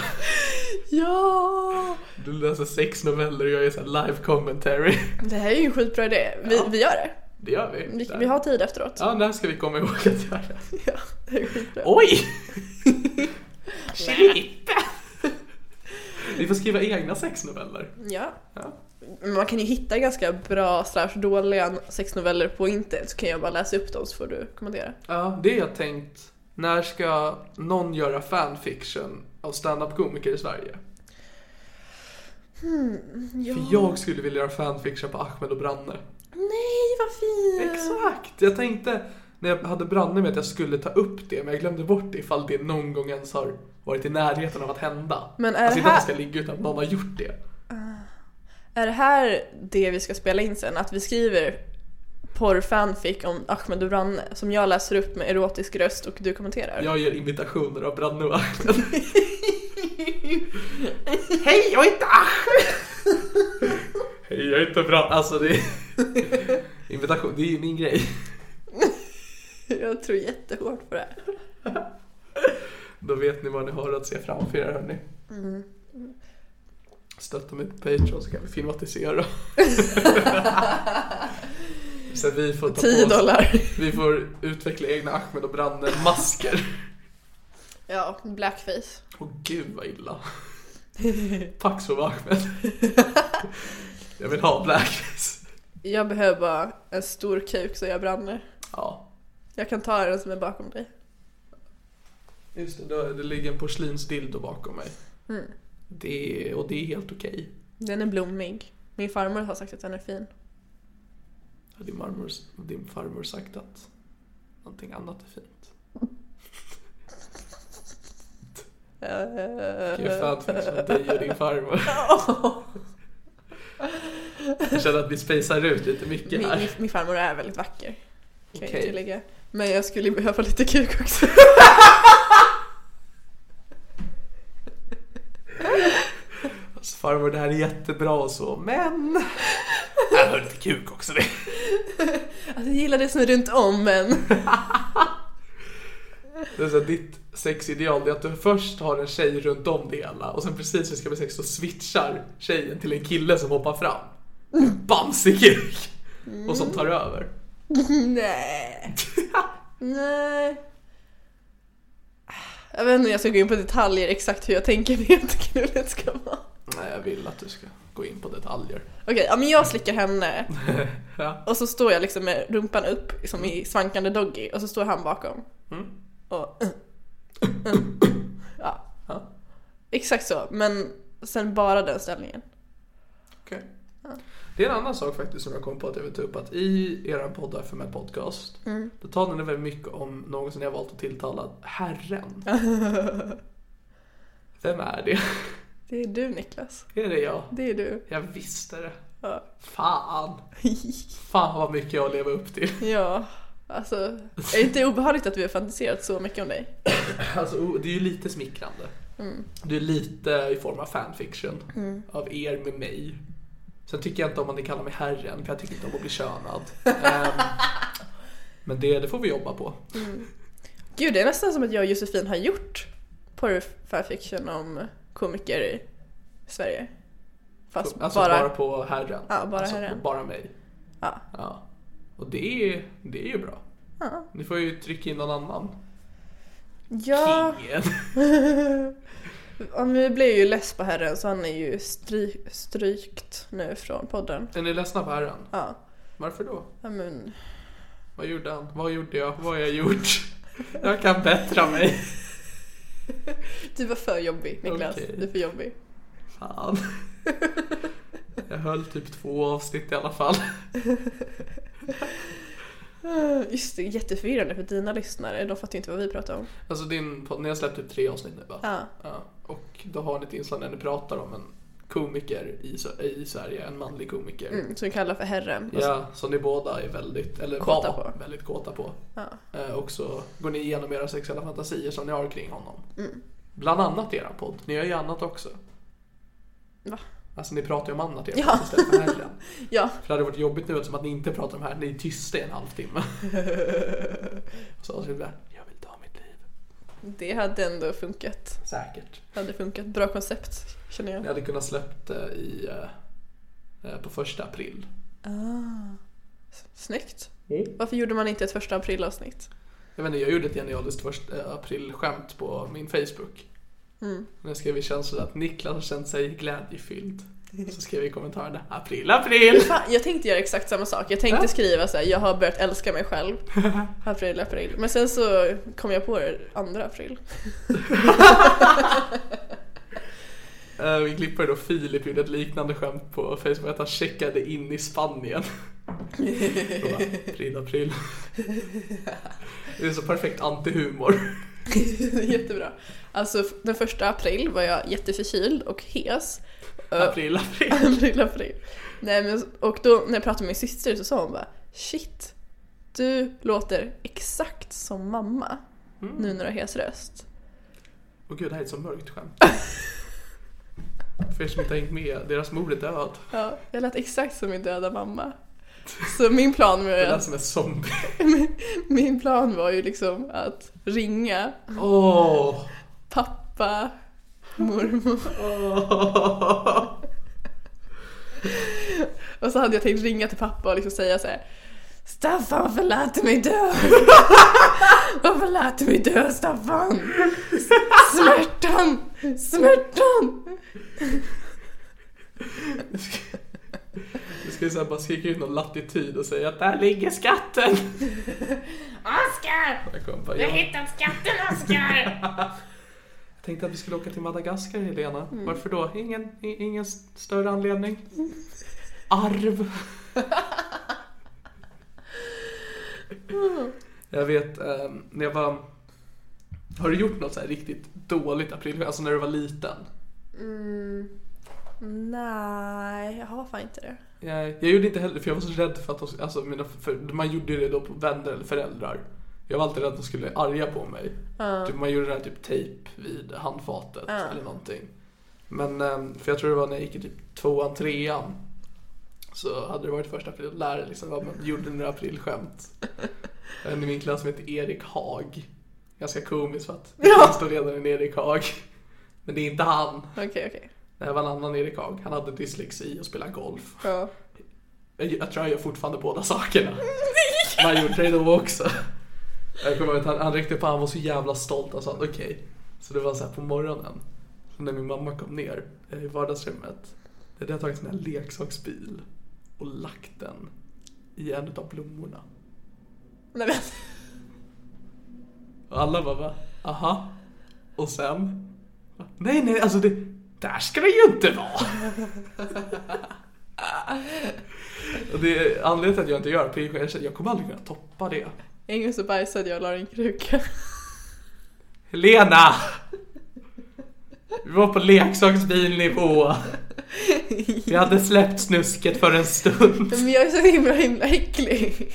Ja! Du läser sex noveller och jag gör så här live commentary. Det här är ju en skitbra idé. Vi, vi gör det. Det gör vi. Vi, vi har tid efteråt. Ja, när ska vi komma ihåg att göra det? Ja, det är skitbra. Oj! Shit! Vi får skriva egna sexnoveller. Ja. Ja. man kan ju hitta ganska bra slash dåliga sexnoveller på internet så kan jag bara läsa upp dem så får du kommentera. Ja, det har jag tänkt. När ska någon göra fanfiction av standup-komiker i Sverige? Hmm, För jag skulle vilja göra fanfiction på Ahmed och Branne. Nej vad fint! Exakt! Jag tänkte när jag hade Branne med att jag skulle ta upp det, men jag glömde bort det ifall det någon gång ens har varit i närheten av att hända. Men är alltså inte det här- att det ska ligga utan att någon har gjort det. Är det här det vi ska spela in sen? Att vi skriver porrfanfic om Ahmed och Branne som jag läser upp med erotisk röst och du kommenterar? Jag gör imitationer av Branne och Ahmed. Hej, jag heter Ahmed! Hej, jag heter Branne. Alltså det är... Imitation, det är ju min grej. Jag tror jättehårt på det här. Då vet ni vad ni har att se framför er hörni. Stötta mig på Patreon så kan vi filmatisera. så vi får ta 10 på oss, dollar. vi får utveckla egna Ahmed och Branne-masker. Ja, blackface. Åh gud vad illa. Tack så mycket Ahmed. Jag vill ha blackface. Jag behöver bara en stor kuk så jag branner. Ja, Jag kan ta den som är bakom dig. just det. då- Det ligger en porslinsdildo bakom mig. Det, och det är helt okej. Den är blommig. Min farmor har sagt att den är fin. Har din, marmor, din farmor sagt att någonting annat är fint? Gud, Eh, fan fixa liksom dig och din farmor. Jag känner att vi spejsar ut lite mycket Min, min, här. min farmor är väldigt vacker. Kan jag Okej. tillägga. Men jag skulle ju behöva lite kuk också. Alltså, farmor, det här är jättebra och så, men... Jag hör lite kuk också det. Alltså, jag gillar det som är runt om men... det är så här, ditt sexideal det är att du först har en tjej runt om det hela och sen precis när det ska bli sex så switchar tjejen till en kille som hoppar fram. Bamsig kuk! Och som tar över. Nej. Nej. Jag vet inte om jag ska gå in på detaljer exakt hur jag tänker mig att knullet ska vara. Nej, jag vill att du ska gå in på detaljer. Okej, ja men jag slickar henne Ja. och så står jag liksom med rumpan upp som i svankande doggy och så står han bakom. Mm. Och... uh, Ja. Ja. Exakt så, men sen bara den ställningen. Okej. Det är en annan sak faktiskt som jag kom på att jag vill ta upp att i eran podd och FML podcast då talar ni väldigt mycket om någon som ni har valt att tilltala Herren. Vem är det? Det är du Niklas. Är det jag? Det är du. Jag visste det. Ja. Fan. Fan vad mycket jag lever upp till. Ja, alltså. Är det inte obehagligt att vi har fantiserat så mycket om dig? Alltså, oh, det är ju lite smickrande. Mm. Det är lite i form av fanfiction av er med mig. Sen tycker jag inte om att ni kallar mig herren för jag tycker inte om att bli könad. Ehm, men det, det får vi jobba på. Gud, det är nästan som att jag och Josefin har gjort porrfanfiction om komiker i Sverige. Fast Alltså bara, bara... på herren. Ja, bara alltså, herren. Bara mig. Ja. Och det är, det är ju bra. Ja. Ni får ju trycka in någon annan. ja, Kingen. om vi blev ju less på herren så han är ju stry- strykt nu från podden. Är ni ledsna på herren? Ja, Varför då? ja men Vad gjorde han? Vad gjorde jag? Vad har jag gjort? Jag kan bättra mig. du var för jobbig Niklas. Okej. Du är för jobbig. Fan. Jag höll typ två avsnitt i alla fall. Eh, Just det, jätteförvirrande för dina lyssnare. De fattar ju inte vad vi pratar om. Alltså din podd, ni har släppt ut tre avsnitt nu va? Ja, Ja. Och då har ni ett inslag där ni pratar om en komiker i, Sö- i Sverige, en manlig komiker. mm, som vi kallar för herren. Och så- Ja, som ni båda är väldigt, eller Alltså- Kåta var, på. väldigt kåta på. Ja. Eh, och så går ni igenom era sexuella fantasier som ni har kring honom. Mm. Bland annat i er podd. Ni gör ju annat också. Va? Alltså ni pratar ju om annat i er Ja. podd istället för helgen. ja, För det hade varit jobbigt nu eftersom att ni inte pratar om det här. Ni är tysta i en halvtimme. och så skulle vi bara, jag vill ta mitt liv. det hade ändå funkat. Säkert. Det hade funkat. Bra koncept känner jag. Ni hade kunnat släppt det i, eh, eh, på första april. Snyggt. Varför gjorde man inte ett första aprilavsnitt? Jag vet inte, jag gjorde ett genialiskt först, eh, aprilskämt på min Facebook. Nu ska vi känna så att Niklas har känt sig glädjefylld. Så skrev vi i kommentarerna april, april! Fan, jag tänkte göra exakt samma sak. Jag tänkte Ja. skriva så här, jag har börjat älska mig själv. April, april. Men sen så kom jag på det andra april. Eh, Min klippare då Filip gjorde ett liknande skämt på Facebook att han checkade in i Spanien. Och bara, april, april. Det är så perfekt antihumor. Jättebra. Alltså f- den första april var jag jätteförkyld och hes. Eh, April, april. april, april. Nej, men, och då när jag pratade med min syster så sa hon bara Shit, du låter exakt som mamma nu när du har hes röst. Och gud, det här är ett så mörkt skämt. För er som inte har hängt med, deras mor är död. Ja, jag lät exakt som min döda mamma. Så min plan var ju Det lät att, som en zombie. min plan var ju liksom att ringa Åh! pappa, mormor. Åh. Och så hade jag tänkt ringa till pappa och liksom säga så här. Staffan varför lät du mig dö? Varför lät du mig dö Staffan? S- Smärtan! Smärtan! Nu ska vi så här bara skrika ut någon latitud och säga att där ligger skatten! Oskar! Jag kom bara, Du har jag hittat skatten, Oskar! tänkte att vi skulle åka till Madagaskar Helena. Mm. Varför då? Ingen, i- ingen st- större anledning. Arv! Jag vet, eh, när jag var... Har du gjort något så här riktigt dåligt aprilskämt? Alltså när du var liten? Mm, Nej, jag har fan inte det. Jag, jag gjorde inte heller för jag var så rädd för att de- alltså, mina, för man gjorde ju det då på vänner eller föräldrar. Jag var alltid rädd att de skulle bli arga på mig. Typ, man gjorde den här typ tejp vid handfatet eller någonting. Men eh, för jag tror det var när jag gick i typ tvåan, trean. Så hade det varit första april, lärare liksom, vad man gjorde några aprilskämt. En i min klass som hette Erik Haag. Ganska komiskt för att det Ja. står redan en Erik Haag. Men det är inte han. Okej, okej. Det här var en annan Erik Haag. Han hade dyslexi och spelade golf. Ja. Jag, jag tror jag gör fortfarande båda sakerna. Man gjorde det då också. Jag kommer ihåg att han, han räckte upp han var så jävla stolt. Han sa okej. Så det var så här på morgonen. Så när min mamma kom ner eh, i vardagsrummet. Det hade jag tagit en sån här leksaksbil och lagt den i en av blommorna. Nej men. Och alla bara va? Aha. Och sen? Nej nej alltså det, där ska det ju inte vara. och det är anledningen till att jag inte gör det, jag känner, jag kommer aldrig kunna toppa det. En gång så bajsade jag och la det i en kruka. Helena! Vi var på leksaksbilnivå. Vi hade släppt snusket för en stund. Men jag är så himla himla äcklig.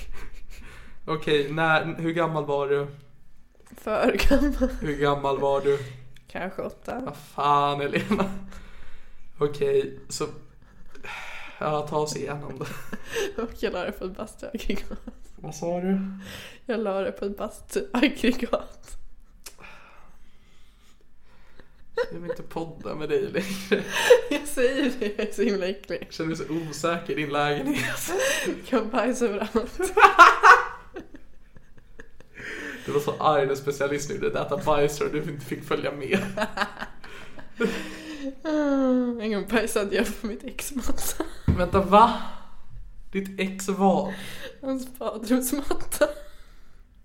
Okej, när, hur gammal var du? För gammal. Hur gammal var du? Kanske åtta. Vad fan Elena. Okej, så... Ja, ta oss igenom det. Och jag la det på ett bastuaggregat. Vad sa du? Jag la det på ett bastuaggregat. Jag vill inte podda med dig längre. Jag säger det, jag är så himla äcklig. Jag känner mig så osäker i din lägenhet. Jag kan bajsa överallt. Du var så arg när specialisten gjorde det. Äta bajs och du inte fick följa med. Mm, En gång bajsade jag på mitt ex matta. Vänta, va? Ditt ex var? Hans badrumsmatta.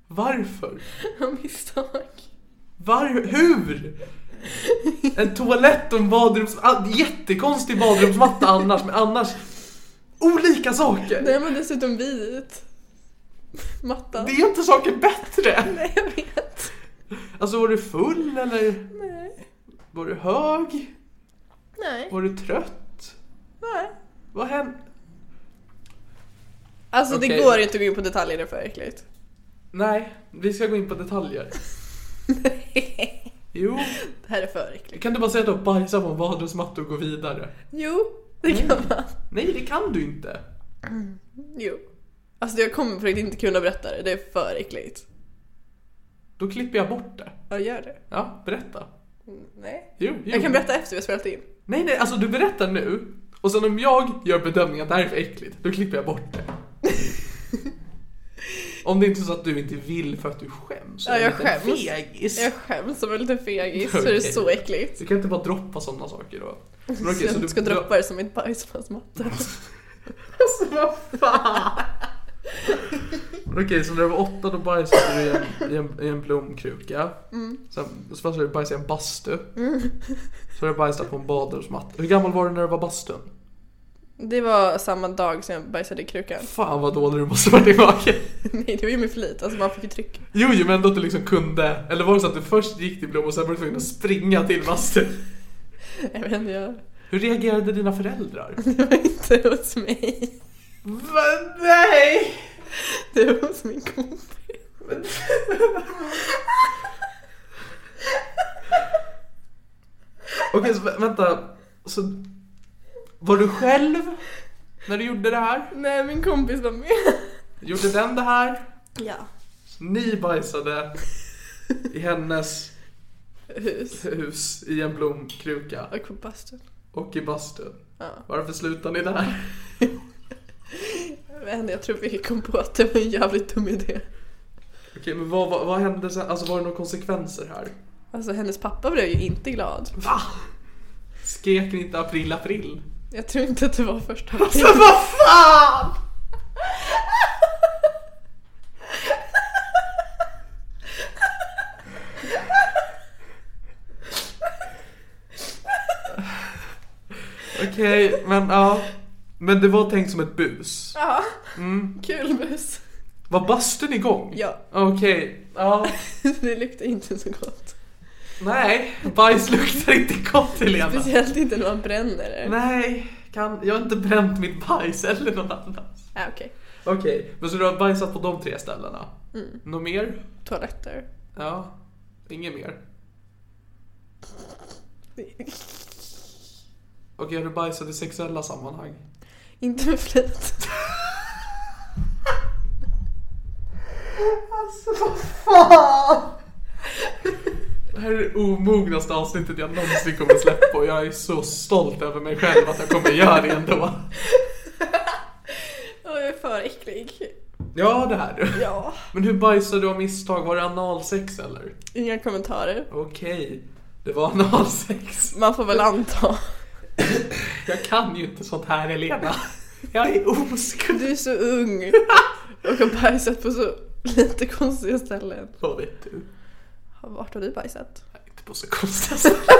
Varför? Av misstag. Var? Hur? En toalett och en badrums... ah, Jättekonstig badrumsmatta annars, men annars... Olika saker! Den var dessutom vit. Mattan. Det är inte saker bättre! Nej, jag vet. Alltså var du full eller? Nej. Var du hög? Nej. Var du trött? Nej. Vad hände? Alltså det Okej. går inte att gå in på detaljer, det är för äckligt. Nej, vi ska gå in på detaljer. Jo, Det här är för äckligt. kan du bara säga att du har bajsat på en badrumsmatta och gå vidare? Jo, det kan Mm. man. Nej, det kan du inte. Jo. Alltså jag kommer på riktigt inte kunna berätta det, det är för äckligt. Då klipper jag bort det. Ja, gör det. Mm, Ja, berätta. Nej. Jo, jo. Jag kan berätta efter vi har spelat in. Nej, nej, alltså du berättar nu. Och sen om jag gör bedömningen att det här är för äckligt, då klipper jag bort det. Om det inte är så att du inte vill för att du skäms. Ja, Du är jag en liten skäms. Fegis. Jag skäms som en liten fegis Okej. för det är så äckligt. Du kan inte bara droppa sådana saker då. Men okej, så jag så du- ska du- droppa det som ett bajs på hans matta. Alltså vad fan! Okej, så när du var åtta då bajsade du i en, i en, i en blomkruka. Mm. Sen så fastnade du bajsa i en bastu. Så har du bajsat på en badrumsmatta. Hur gammal var du när du var bastun? Det var samma dag som jag bajsade i krukan. Fan vad dålig du måste vara tillbaka. Nej, det var ju med flit. Alltså man fick ju tryck. Jo, jo, men ändå att du liksom kunde. Eller var det så att du först gick till blom och sen var du tvungen att springa till bastun? Jag vet inte, jag... Hur reagerade dina föräldrar? Det var inte hos mig. Va? Nej! Det var hos min kompis. Okej, så vä- vänta. Så, var du själv när du gjorde det här? Nej, min kompis var med. Gjorde den det här? Ja. Ni bajsade i hennes Hus. hus i en blomkruka Och på bastun. och i bastun. Ja. Varför slutar ni där? Jag vet inte, jag tror vi kom på att det var en jävligt dum idé. Okej, men vad, vad, vad hände sen? Alltså var det några konsekvenser här? Alltså hennes pappa blev ju inte glad. Va? Skrek ni inte april april? Jag tror inte att det var första Alltså vad fan! Okej, men ja. Men det var tänkt som ett bus. Ja. Kul bus. Var bastun igång? Ja. Okej, ja. Det luktar inte så gott. Nej, bajs luktar inte gott Helena. Speciellt inte när man bränner det. Nej, kan, jag har inte bränt mitt bajs eller någon annans. Ja, Ah, okej. Okej, men så du har bajsat på de tre ställena? Mm. Något mer? Toaletter. Ja, inget mer. Okej, har du bajsat i sexuella sammanhang? inte med flit. Det här är det omognaste avsnittet jag någonsin kommer släppa och jag är så stolt över mig själv att jag kommer göra det ändå. Åh, jag är för äcklig. Ja, det här du. Ja. Men hur bajsade du av misstag? Var det analsex eller? Inga kommentarer. Okej, det var analsex. Man får väl anta. Jag kan ju inte sånt här Helena. Jag är oskuld. Du är så ung och har bajsat på så lite konstiga ställen. Vad vet du? Vart har du bajsat? Nej, Inte på så konstiga saker.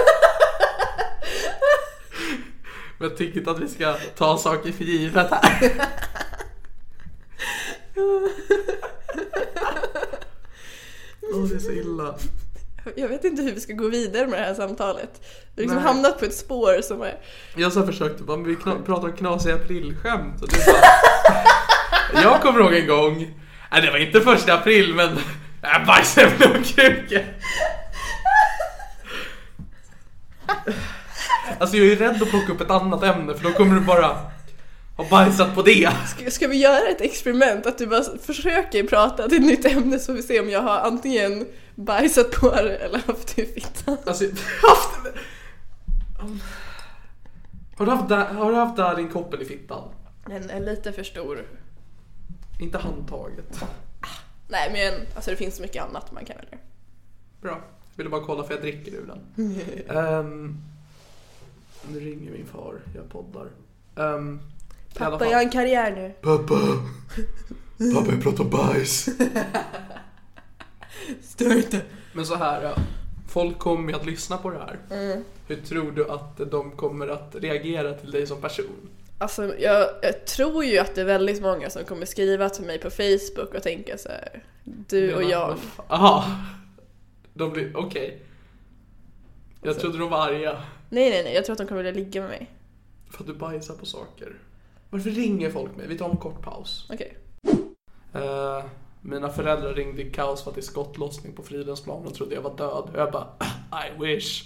Men jag tycker inte att vi ska ta saker för givet här. Åh, det är så illa. Jag vet inte hur vi ska gå vidare med det här samtalet. Vi har liksom Nej. hamnat på ett spår som är... Jag så här försökte bara, men vi kna- pratar om knasiga aprilskämt och du bara... Jag kommer ihåg en gång, nej det var inte första april men äh, jag bajsade på en kruka. Alltså jag är rädd att plocka upp ett annat ämne för då kommer du bara ha bajsat på det. Ska- Ska vi göra ett experiment? Att du bara försöker prata till ett nytt ämne så vi ser om jag har antingen bajsat på det eller haft det i fittan. Alltså, haft... Har du haft där, har du haft där din koppel i fittan? Den är lite för stor. Inte handtaget. Nej men alltså det finns så mycket annat man kan välja. Bra. Jag ville bara kolla för jag dricker ur den. Ehm, nu ringer min far, jag poddar. Ehm, i alla Pappa, fall. jag har en karriär nu. Pappa! Pappa, jag pratar bajs. Stör inte. Men så här, ja. folk kommer ju att lyssna på det här. Mm. Hur tror du att de kommer att reagera till dig som person? Alltså jag, jag tror ju att det är väldigt många som kommer skriva till mig på Facebook och tänka så här. Du och jag. Aha. De blir, okej. Jag trodde de var arga Nej nej nej, jag tror att de kommer vilja ligga med mig. för att du bajsar på saker. Varför ringer folk mig? Vi tar en kort paus. Okej. Eh, mina föräldrar ringde i kaos för att det är skottlossning på Fridhemsplan och trodde jag var död. Och jag bara "Ah, I wish.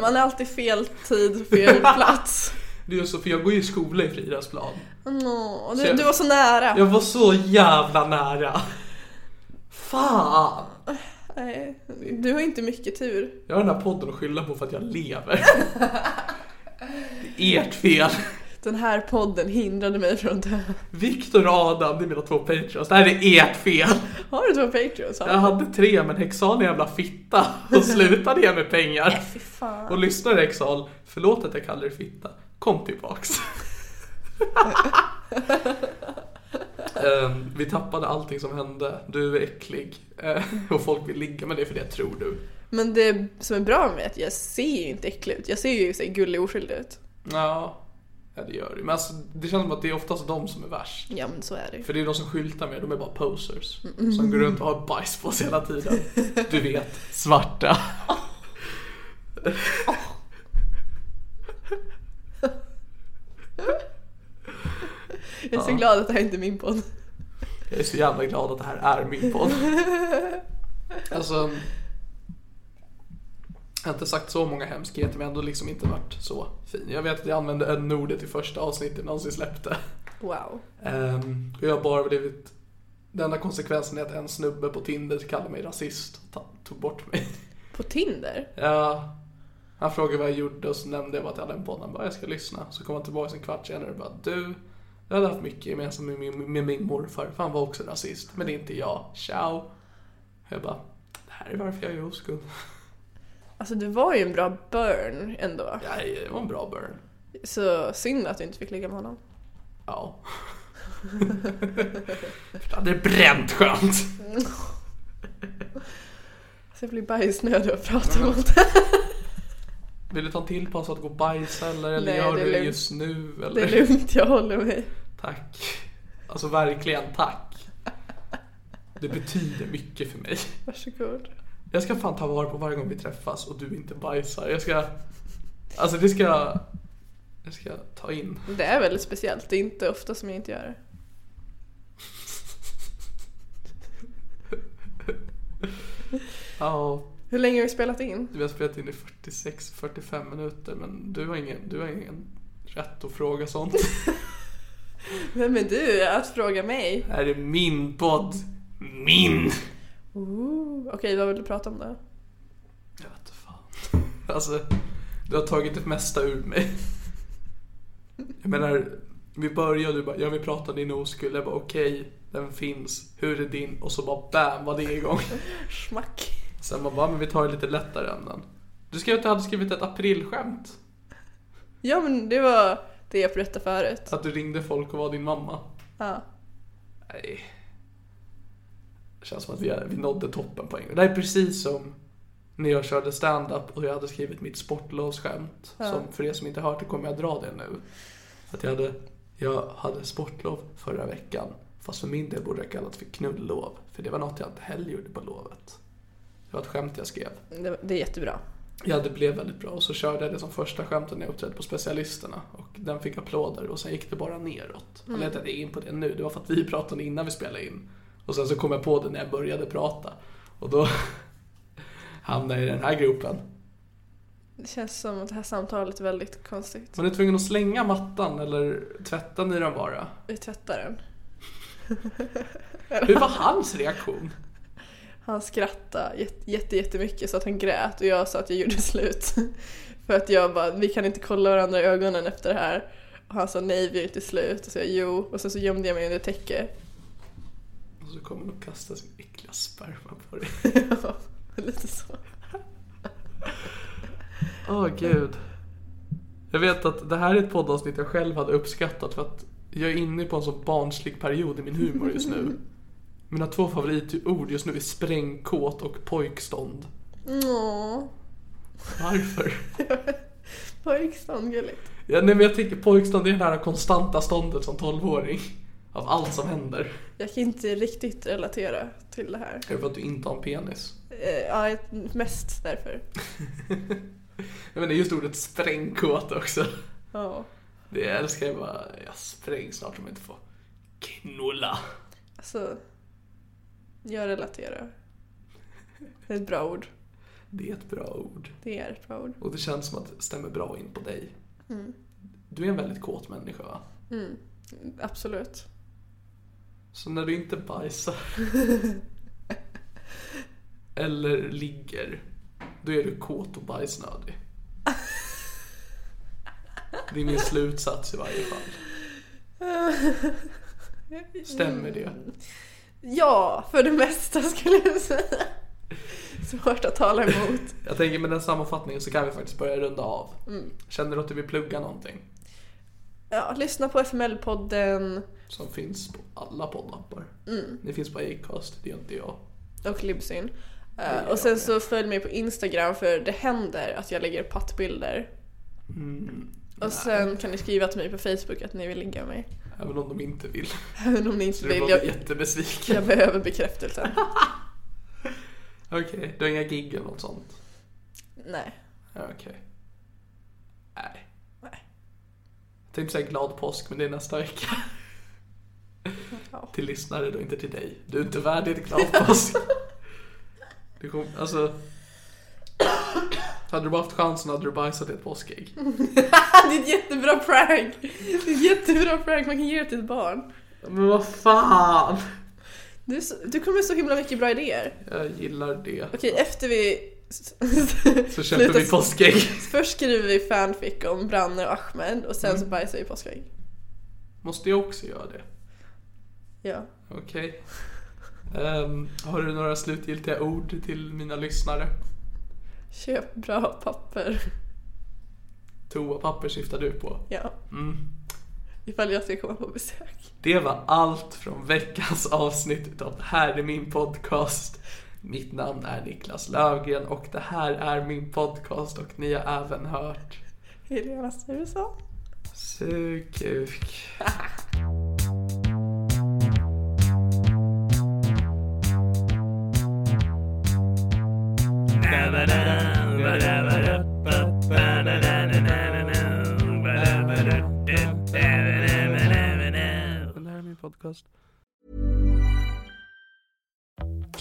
Man är alltid fel tid, fel plats. Det är ju så, för jag går ju i skola i Fridhemsplan. Nå, Så du, jag- du var så nära. Jag var så jävla nära. Fan! Nej, du har inte mycket tur. Jag har den här podden att skylla på för att jag lever. Det är ert fel. Den här podden hindrade mig från att dö. Viktor och Adam, det är mina två patreons. Det här är ert fel. Har du två Patreons? Jag hade tre men Hexal är en jävla fitta och slutade ge mig pengar. Fy fan. Och lyssnare Hexal, förlåt att jag kallar dig fitta. Kom tillbaks. Ehm, vi tappade allting som hände. Du är äcklig. Eh, och folk vill ligga med dig för det tror du. Men det som är bra med att jag ser ju inte äcklig ut. Jag ser ju så här gullig och oskyldig ut. Ja, ja det gör du. Men alltså, det känns som att det är oftast de som är värst. Ja men så är det ju. För det är de som skyltar med, de är bara posers. Som går runt och har bajs på sig hela tiden. Du vet, svarta. Jag är så glad att det här inte är min podd. Jag är så jävla glad att det här är min podd. Alltså, jag har inte sagt så många hemskheter men ändå liksom inte varit så fin. Jag vet att jag använde n-ordet i första avsnittet jag någonsin släppte. Wow. Ehm, och jag har bara blivit... Den enda konsekvensen är att en snubbe på Tinder kallade mig rasist och ta- tog bort mig. På Tinder? Ja, han frågade vad jag gjorde och så nämnde jag bara att jag hade en podd. Han bara, jag ska lyssna. Så kom han tillbaka en kvart senare och bara, du, jag hade haft mycket gemensamt med min, med min morfar, för han var också rasist. Men det är inte jag. Ciao. Jag bara, det här är varför jag är oskuld. Alltså det var ju en bra burn ändå. Ja, det var en bra burn. Så synd att du inte fick ligga med honom. Ja. För det hade bränt skönt. Så jag blir bajsnödig att prata om det. Vill du ta en till paus att gå och bajsa eller, eller Nej, gör det är du det lugnt. just nu? Eller? Det är lugnt, jag håller mig. Tack. Alltså verkligen tack. Det betyder mycket för mig. Varsågod. Jag ska fan ta vara på varje gång vi träffas och du inte bajsar. Jag ska... Alltså det ska... Jag ska ta in. Det är väldigt speciellt, det är inte ofta som jag inte gör det. Ja, Hur länge har vi spelat in? vi har spelat in i 46-45 minuter men du har ingen, du har ingen rätt att fråga sånt. Vem är du att fråga mig? Det här är min podd. Min! Ooh. Okej, vad vill du prata om då? Jag vet inte fan. Alltså, du har tagit det mesta ur mig. Jag menar, vi började och du bara, ja vi pratade om din oskuld. Jag bara okej, den finns. Hur är din? Och så bara bam var det igång. Schmack. Sen man bara, men vi tar lite lättare ämnen. Du skrev att du hade skrivit ett aprilskämt. Ja men det var det jag berättade förut. Att du ringde folk och var din mamma. Ja. Nej. Det känns som att vi, är, vi nådde toppen på en gång. Det här är precis som när jag körde stand-up och jag hade skrivit mitt sportlovsskämt. Ja. Som, för er som inte hört det kommer jag dra det nu. Att jag hade, jag hade sportlov förra veckan. Fast för min del borde jag kallat för knullov. För det var något jag inte heller gjorde på lovet. Det var ett skämt jag skrev. Det, det är jättebra. Ja, det blev väldigt bra. Och så körde jag det som första skämtet när jag uppträdde på Specialisterna. Och den fick applåder och sen gick det bara neråt. Anledningen till att jag är in på det nu, det var för att vi pratade innan vi spelade in. Och sen så kom jag på det när jag började prata. Och då hamnade jag i den här gropen. Det känns som att det här samtalet är väldigt konstigt. Man är tvungen att slänga mattan eller tvätta ni den bara. Vi tvättar den. Hur var hans reaktion? Han skrattade jätte, jätte, jättemycket så att han grät och jag sa att jag gjorde slut. För att jag bara, vi kan inte kolla varandra i ögonen efter det här. Och han sa nej, vi är inte slut. Och så jag jo. Och sen så gömde jag mig under täcke. Och så kommer hon att kasta sin äckliga sperma på dig. Ja, Lite så. Åh gud. Jag vet att det här är ett poddavsnitt jag själv hade uppskattat för att jag är inne på en så barnslig period i min humor just nu. Mina två favoritord just nu är sprängkåt och pojkstånd. Åh, Varför? pojkstånd gulligt. Ja, nej, men jag tänker pojkstånd är det här konstanta ståndet som tolvåring. Av allt som händer. Jag kan inte riktigt relatera till det här. Är det för att du inte har en penis? Eh, Ja, jag- mest därför. Jag menar just ordet sprängkåt också. Ja. Det älskar jag bara. Jag sprängs snart om jag inte får knulla. Alltså, jag relaterar. Det är ett bra ord. Det är ett bra ord. Det är ett bra ord. Och det känns som att det stämmer bra in på dig. Du är en väldigt kåt människa va? Absolut. Så när du inte bajsar eller ligger, då är du kåt och bajsnödig. Det är min slutsats i varje fall. Stämmer det? Ja, för det mesta skulle jag säga. Svårt att tala emot. Jag tänker med den sammanfattningen så kan vi faktiskt börja runda av. Känner du att du vill plugga någonting? Ja, lyssna på FML-podden Som finns på alla poddappar. Det finns på Acast, det gör inte jag. och Libsyn. Eh, gör och sen jag. så följ mig på Instagram för det händer att jag lägger pattbilder. Och sen kan ni skriva till mig på Facebook att ni vill ligga med mig. Även om de inte vill. Även om ni inte Så du vill. låter Jag, jättebesviken. jag behöver bekräftelsen. Okej, du har inga gig eller något sånt? Nej. Ja, Okej. Nej. Jag tänkte säga glad påsk, men det är nästa vecka. Ja. Till lyssnare då, inte till dig. Du är inte värd ett glad påsk. Du kom, alltså... Hade du bara haft chansen hade du bajsat i ett påskägg. det är ett jättebra prank! Det är ett jättebra prank, man kan ge det till ett barn. Men vad fan! Du, är så- du kommer med så himla mycket bra idéer. Jag gillar det. Okej, efter vi... Så köper vi påskägg. Först skriver vi fanfic om Branne och Ahmed och sen så bajsar vi påskägg. Måste jag också göra det? Ja. Okej. Ehm, har du några slutgiltiga ord till mina lyssnare? Köp bra papper. Toapapper syftar du på. Ja. Mm. Ifall jag ska komma på besök. Det var allt från veckans avsnitt utav Det här är min podcast. Mitt namn är Niklas Lövgren och det här är min podcast och ni har även hört Helena Sturesson. Sukuk. Det här är min podcast.